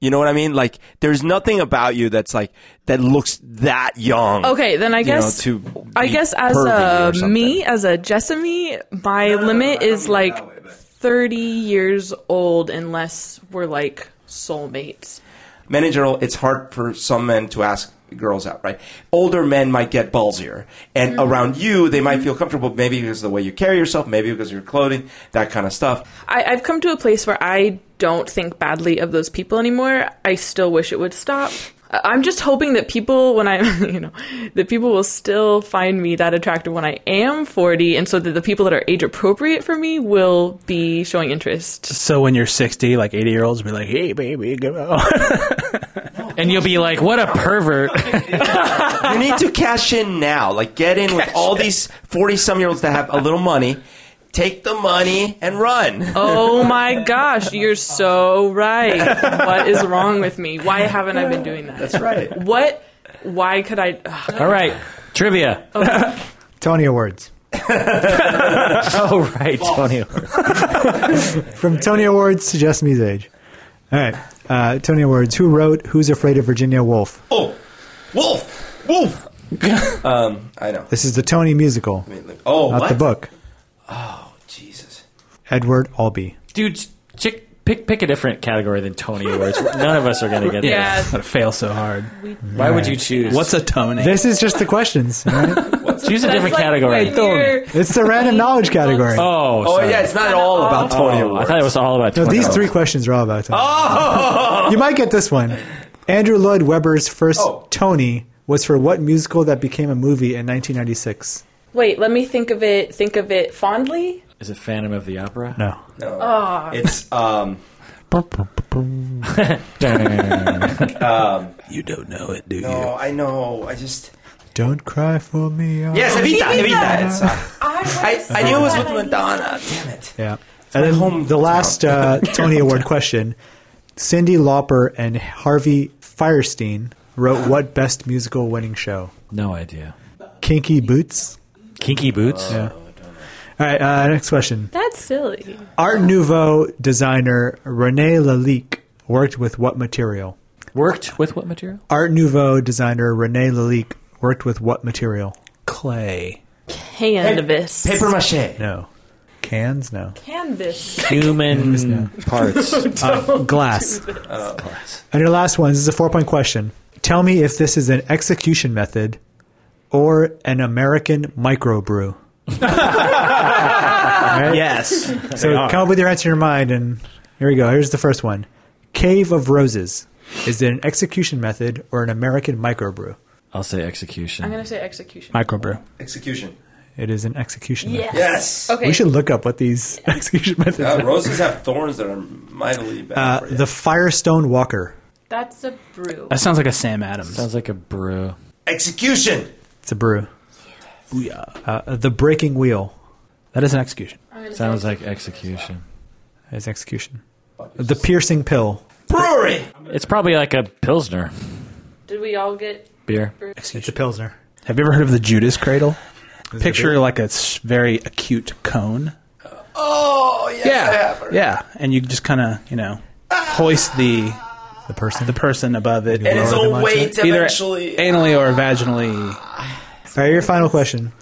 [SPEAKER 5] You know what I mean? Like, there's nothing about you that's like that looks that young.
[SPEAKER 4] Okay, then I
[SPEAKER 5] know,
[SPEAKER 4] guess
[SPEAKER 5] to
[SPEAKER 4] I
[SPEAKER 5] be
[SPEAKER 4] guess as
[SPEAKER 5] pervy or
[SPEAKER 4] a
[SPEAKER 5] something.
[SPEAKER 4] me as a Jessamy, my limit is like thirty years old unless we're like soulmates.
[SPEAKER 5] men in general, it's hard for some men to ask girls out, right? Older men might get ballsier. And around you, they might feel comfortable, maybe because of the way you carry yourself, maybe because of your clothing, that kind of stuff.
[SPEAKER 4] I, I've come to a place where I don't think badly of those people anymore. I still wish it would stop. I- I'm just hoping that people, when I, you know, that people will still find me that attractive when I am 40, and so that the people that are age appropriate for me will be showing interest.
[SPEAKER 2] So when you're 60, like 80 year olds be like, hey, baby, go out.
[SPEAKER 1] and you'll be like, "What a pervert!"
[SPEAKER 5] you need to cash in now. Like, get in with all these 40 some year olds that have a little money. Take the money and run.
[SPEAKER 4] Oh my gosh, you're so right. What is wrong with me? Why haven't I been doing that?
[SPEAKER 5] That's right.
[SPEAKER 4] What? Why could I? ugh.
[SPEAKER 1] All right, trivia. Oh,
[SPEAKER 3] Tony Awards.
[SPEAKER 1] right, Tony.
[SPEAKER 3] From Tony Awards to Just Me's Age. All right. Uh, Tony Awards. Who wrote Who's Afraid of Virginia Woolf?
[SPEAKER 5] Oh, wolf, wolf. um, I know.
[SPEAKER 3] This is the Tony musical,
[SPEAKER 5] Oh,
[SPEAKER 3] not
[SPEAKER 5] what?
[SPEAKER 3] the book.
[SPEAKER 5] Jesus.
[SPEAKER 3] Edward Albee.
[SPEAKER 1] Dude, chick, pick pick a different category than Tony Awards. None of us are gonna get
[SPEAKER 4] Yeah.
[SPEAKER 1] this.
[SPEAKER 2] Gotta fail so hard.
[SPEAKER 1] Why would you choose?
[SPEAKER 2] What's a Tony?
[SPEAKER 3] This is just the questions. right?
[SPEAKER 1] choose a
[SPEAKER 4] That's
[SPEAKER 1] different
[SPEAKER 4] like
[SPEAKER 1] category?
[SPEAKER 4] when you're-
[SPEAKER 3] It's the random knowledge category.
[SPEAKER 1] Oh,
[SPEAKER 5] Oh,
[SPEAKER 1] sorry. Oh,
[SPEAKER 5] yeah, it's not at all about
[SPEAKER 3] Oh,
[SPEAKER 5] Tony
[SPEAKER 1] I
[SPEAKER 5] Awards.
[SPEAKER 1] thought it was all about
[SPEAKER 3] No,
[SPEAKER 1] Tony
[SPEAKER 3] these
[SPEAKER 1] Awards.
[SPEAKER 3] three questions are all about Tony.
[SPEAKER 5] Oh!
[SPEAKER 3] You might get this one. Andrew Lloyd Webber's first
[SPEAKER 5] Oh.
[SPEAKER 3] Tony was for what musical that became a movie in 1996?
[SPEAKER 4] Wait, let me think of it. Think of it fondly.
[SPEAKER 1] Is it Phantom of the Opera?
[SPEAKER 3] No.
[SPEAKER 5] No. It's um
[SPEAKER 2] you don't know it, do
[SPEAKER 5] no, I know. I just
[SPEAKER 3] Don't cry for me. I-
[SPEAKER 5] Yes, Evita,
[SPEAKER 4] Evita!
[SPEAKER 5] Evita. It's, uh, I,
[SPEAKER 4] I,
[SPEAKER 5] I knew it was with Madonna. Damn it.
[SPEAKER 3] Yeah. And then
[SPEAKER 5] home
[SPEAKER 3] the last uh, Tony Award question Cindy Lauper and Harvey Firestein wrote what best musical winning show?
[SPEAKER 1] No idea.
[SPEAKER 3] Kinky Boots?
[SPEAKER 1] Kinky Boots.
[SPEAKER 3] Yeah. All right, uh, next question.
[SPEAKER 4] That's silly.
[SPEAKER 3] Art Nouveau designer Rene Lalique worked with what material?
[SPEAKER 1] Worked with what material?
[SPEAKER 3] Art Nouveau designer Rene Lalique worked with what material?
[SPEAKER 2] Clay.
[SPEAKER 4] Canvas.
[SPEAKER 5] Paper mache.
[SPEAKER 3] No. Cans? No.
[SPEAKER 4] Canvas.
[SPEAKER 1] Human parts.
[SPEAKER 3] Glass. And your last one. This is a four point question. Tell me if this is an execution method or an American microbrew.
[SPEAKER 2] Yes.
[SPEAKER 3] So come up with your answer in your mind. And here we go. Here's the first one Cave of Roses. Is it an execution method or an American microbrew?
[SPEAKER 1] I'll say
[SPEAKER 4] I'm
[SPEAKER 1] execution.
[SPEAKER 4] gonna say execution.
[SPEAKER 2] Microbrew.
[SPEAKER 5] Execution.
[SPEAKER 3] It is an execution
[SPEAKER 4] yes.
[SPEAKER 3] method.
[SPEAKER 5] Yes.
[SPEAKER 4] Okay.
[SPEAKER 3] We should look up what these execution methods
[SPEAKER 5] Uh,
[SPEAKER 3] are.
[SPEAKER 5] roses have thorns that are mightily bad.
[SPEAKER 3] Uh,
[SPEAKER 5] for you.
[SPEAKER 3] the Firestone Walker.
[SPEAKER 4] That's a brew.
[SPEAKER 2] That sounds like a Sam Adams.
[SPEAKER 1] Sounds like a brew.
[SPEAKER 5] execution.
[SPEAKER 3] It's a brew.
[SPEAKER 2] Booyah.
[SPEAKER 3] Uh, the Breaking Wheel.
[SPEAKER 2] That is an execution.
[SPEAKER 4] I'm gonna say
[SPEAKER 1] Sounds like execution.
[SPEAKER 3] is execution. The piercing pill.
[SPEAKER 5] Brewery.
[SPEAKER 1] It's probably like a pilsner
[SPEAKER 4] Did we all get?
[SPEAKER 1] beer.
[SPEAKER 3] It's a pilsner.
[SPEAKER 2] Have you ever heard of the Judas cradle? Picture like a s- very acute cone.
[SPEAKER 5] Oh yes, I have.
[SPEAKER 2] Yeah. Yeah. And you just kind of, you know, hoist the
[SPEAKER 3] The person.
[SPEAKER 2] the person above it.
[SPEAKER 5] And
[SPEAKER 3] Lower
[SPEAKER 5] its
[SPEAKER 3] than
[SPEAKER 5] own
[SPEAKER 3] mine,
[SPEAKER 5] weight
[SPEAKER 2] either
[SPEAKER 5] eventually.
[SPEAKER 2] anally or vaginally.
[SPEAKER 3] All right, your final question.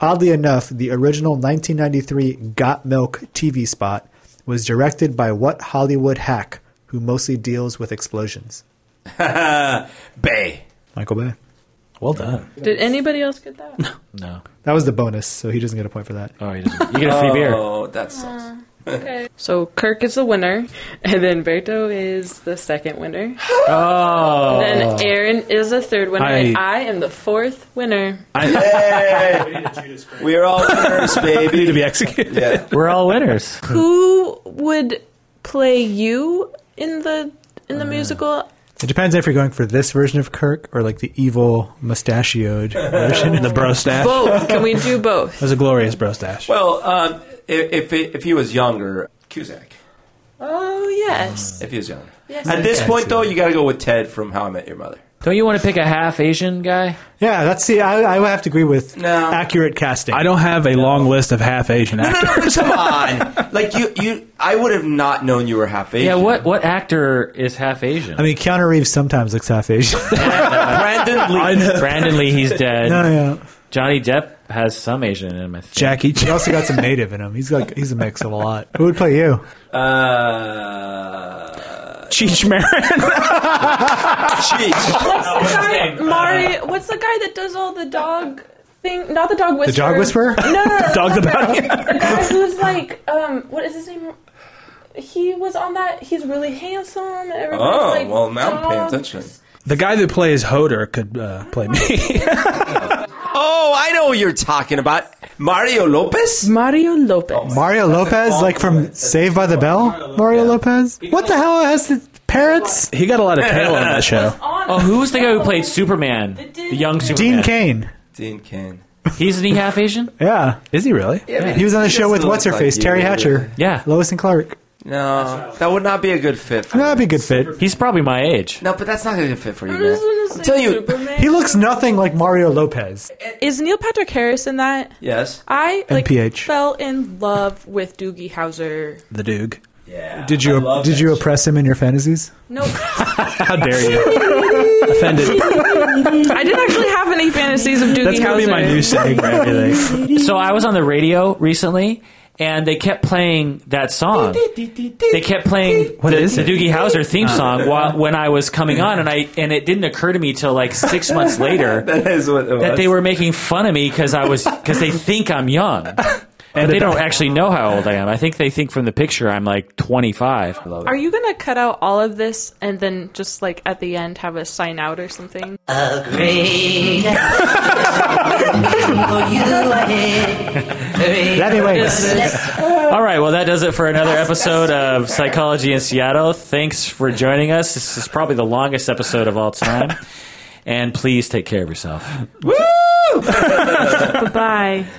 [SPEAKER 3] Oddly enough, the original 1993 Got Milk TV spot was directed by what Hollywood hack who mostly deals with explosions?
[SPEAKER 5] Bay.
[SPEAKER 3] Michael Bay.
[SPEAKER 2] Well done.
[SPEAKER 4] Did anybody else get that?
[SPEAKER 1] No.
[SPEAKER 3] That was the bonus, so he doesn't get a point for that.
[SPEAKER 1] Oh, you, didn't. you get a free beer.
[SPEAKER 5] Oh, that sucks.
[SPEAKER 4] Okay. So Kirk is the winner, and then Berto is the second winner.
[SPEAKER 1] Oh.
[SPEAKER 4] Then Aaron is the third winner, and I am the fourth winner.
[SPEAKER 5] We're all winners, baby.
[SPEAKER 2] To be executed.
[SPEAKER 5] yeah.
[SPEAKER 1] We're all winners.
[SPEAKER 4] Who would play you in the in
[SPEAKER 1] Uh.
[SPEAKER 4] the musical?
[SPEAKER 3] It depends if you're going for this version of Kirk or like the evil mustachioed version.
[SPEAKER 2] The bro stash. That
[SPEAKER 4] Both. Can we do both?
[SPEAKER 2] was a glorious bro stash.
[SPEAKER 5] Well, um, if, if if he was younger, Cusack.
[SPEAKER 4] Oh yes.
[SPEAKER 5] If he was younger.
[SPEAKER 4] Yes.
[SPEAKER 5] At this point, though, you got to go with Ted from How I Met Your Mother.
[SPEAKER 1] Don't you want to pick a half Asian guy?
[SPEAKER 3] Yeah, that's see, I, I would have to agree with
[SPEAKER 5] No.
[SPEAKER 3] accurate casting.
[SPEAKER 2] I don't have a long list of half Asian
[SPEAKER 5] No,
[SPEAKER 2] actors.
[SPEAKER 5] no, no, come on. Like you, you, I would have not known you were half Asian.
[SPEAKER 1] Yeah, what what actor is half Asian?
[SPEAKER 3] I mean, Keanu Reeves sometimes looks half Asian.
[SPEAKER 5] Brandon Lee.
[SPEAKER 1] Brandon Lee, he's dead.
[SPEAKER 3] no, no.
[SPEAKER 1] Johnny Depp has some Asian in him. I think.
[SPEAKER 2] Jackie
[SPEAKER 3] He
[SPEAKER 2] Chan.
[SPEAKER 3] also got some native in him. He's like he's a mix of a lot. Who would play you?
[SPEAKER 5] Uh,
[SPEAKER 2] Cheech Marin.
[SPEAKER 5] Cheech.
[SPEAKER 4] What's the guy, Mari? What's the guy that does all the dog thing? Not the dog whisperer.
[SPEAKER 3] The dog whisperer?
[SPEAKER 4] No, no, no.
[SPEAKER 2] Dog the bounty.
[SPEAKER 4] The guy who's like, um, what is his name? He was on that. He's really handsome. Everybody's
[SPEAKER 5] Oh,
[SPEAKER 4] like,
[SPEAKER 5] well, now I'm paying
[SPEAKER 4] dogs.
[SPEAKER 5] attention.
[SPEAKER 2] The guy that plays Hoder could uh, play me.
[SPEAKER 5] Oh, I know what you're talking about. Mario Lopez?
[SPEAKER 4] Mario Lopez.
[SPEAKER 5] Oh,
[SPEAKER 3] Mario Lopez, like from Saved by the Bell? Mario Lopez? What the hell has the parrots?
[SPEAKER 2] he got a lot of tail on that show.
[SPEAKER 1] Oh, who was the guy who played Superman? The young Superman.
[SPEAKER 3] Dean Kane.
[SPEAKER 5] Dean Kane.
[SPEAKER 1] He's an he half Asian.
[SPEAKER 3] Yeah.
[SPEAKER 2] Is he really?
[SPEAKER 3] He was on the show with
[SPEAKER 5] doesn't
[SPEAKER 3] what's her
[SPEAKER 5] look
[SPEAKER 3] face?
[SPEAKER 5] like you,
[SPEAKER 3] Terry
[SPEAKER 5] really.
[SPEAKER 3] Hatcher.
[SPEAKER 1] Yeah,
[SPEAKER 3] Lois and Clark.
[SPEAKER 5] No, that would not be a good fit for
[SPEAKER 3] That'd be a good fit.
[SPEAKER 1] he's probably my age.
[SPEAKER 5] No, but that's not a good fit for you,
[SPEAKER 4] I'm just
[SPEAKER 5] man.
[SPEAKER 4] gonna
[SPEAKER 5] I'm
[SPEAKER 4] say
[SPEAKER 5] telling you-
[SPEAKER 4] Superman.
[SPEAKER 3] He looks nothing like Mario Lopez.
[SPEAKER 4] Is Neil Patrick Harris in that?
[SPEAKER 5] Yes.
[SPEAKER 4] I like
[SPEAKER 3] NPH.
[SPEAKER 4] fell in love with Doogie Howser.
[SPEAKER 2] The Duke.
[SPEAKER 5] Yeah.
[SPEAKER 3] Did you did you oppress him in your fantasies?
[SPEAKER 4] No,
[SPEAKER 2] How dare you? Offended.
[SPEAKER 4] I didn't actually have any fantasies of Doogie
[SPEAKER 2] That's
[SPEAKER 4] Howser.
[SPEAKER 2] gonna be my new saying for everything.
[SPEAKER 1] So I was on the radio recently, and they kept playing that song. They kept playing
[SPEAKER 2] What
[SPEAKER 1] the,
[SPEAKER 2] is
[SPEAKER 1] the
[SPEAKER 2] it? Uh.
[SPEAKER 1] Doogie Howser theme song while, when I was coming on, and I and it didn't occur to me till like six months later
[SPEAKER 5] That is what it was.
[SPEAKER 1] that they were making fun of me because I was because they think I'm young. And they don't actually know how old I am. I think they think from the picture I'm like 25.
[SPEAKER 4] Are you gonna cut out all of this and then just like at the end have us sign out or something?
[SPEAKER 6] Agreed. For you ahead.
[SPEAKER 3] Anyways,
[SPEAKER 1] All right, well, that does it for another episode of Psychology in Seattle. Thanks for joining us. This is probably the longest episode of all time. And please take care of yourself.
[SPEAKER 4] Bye.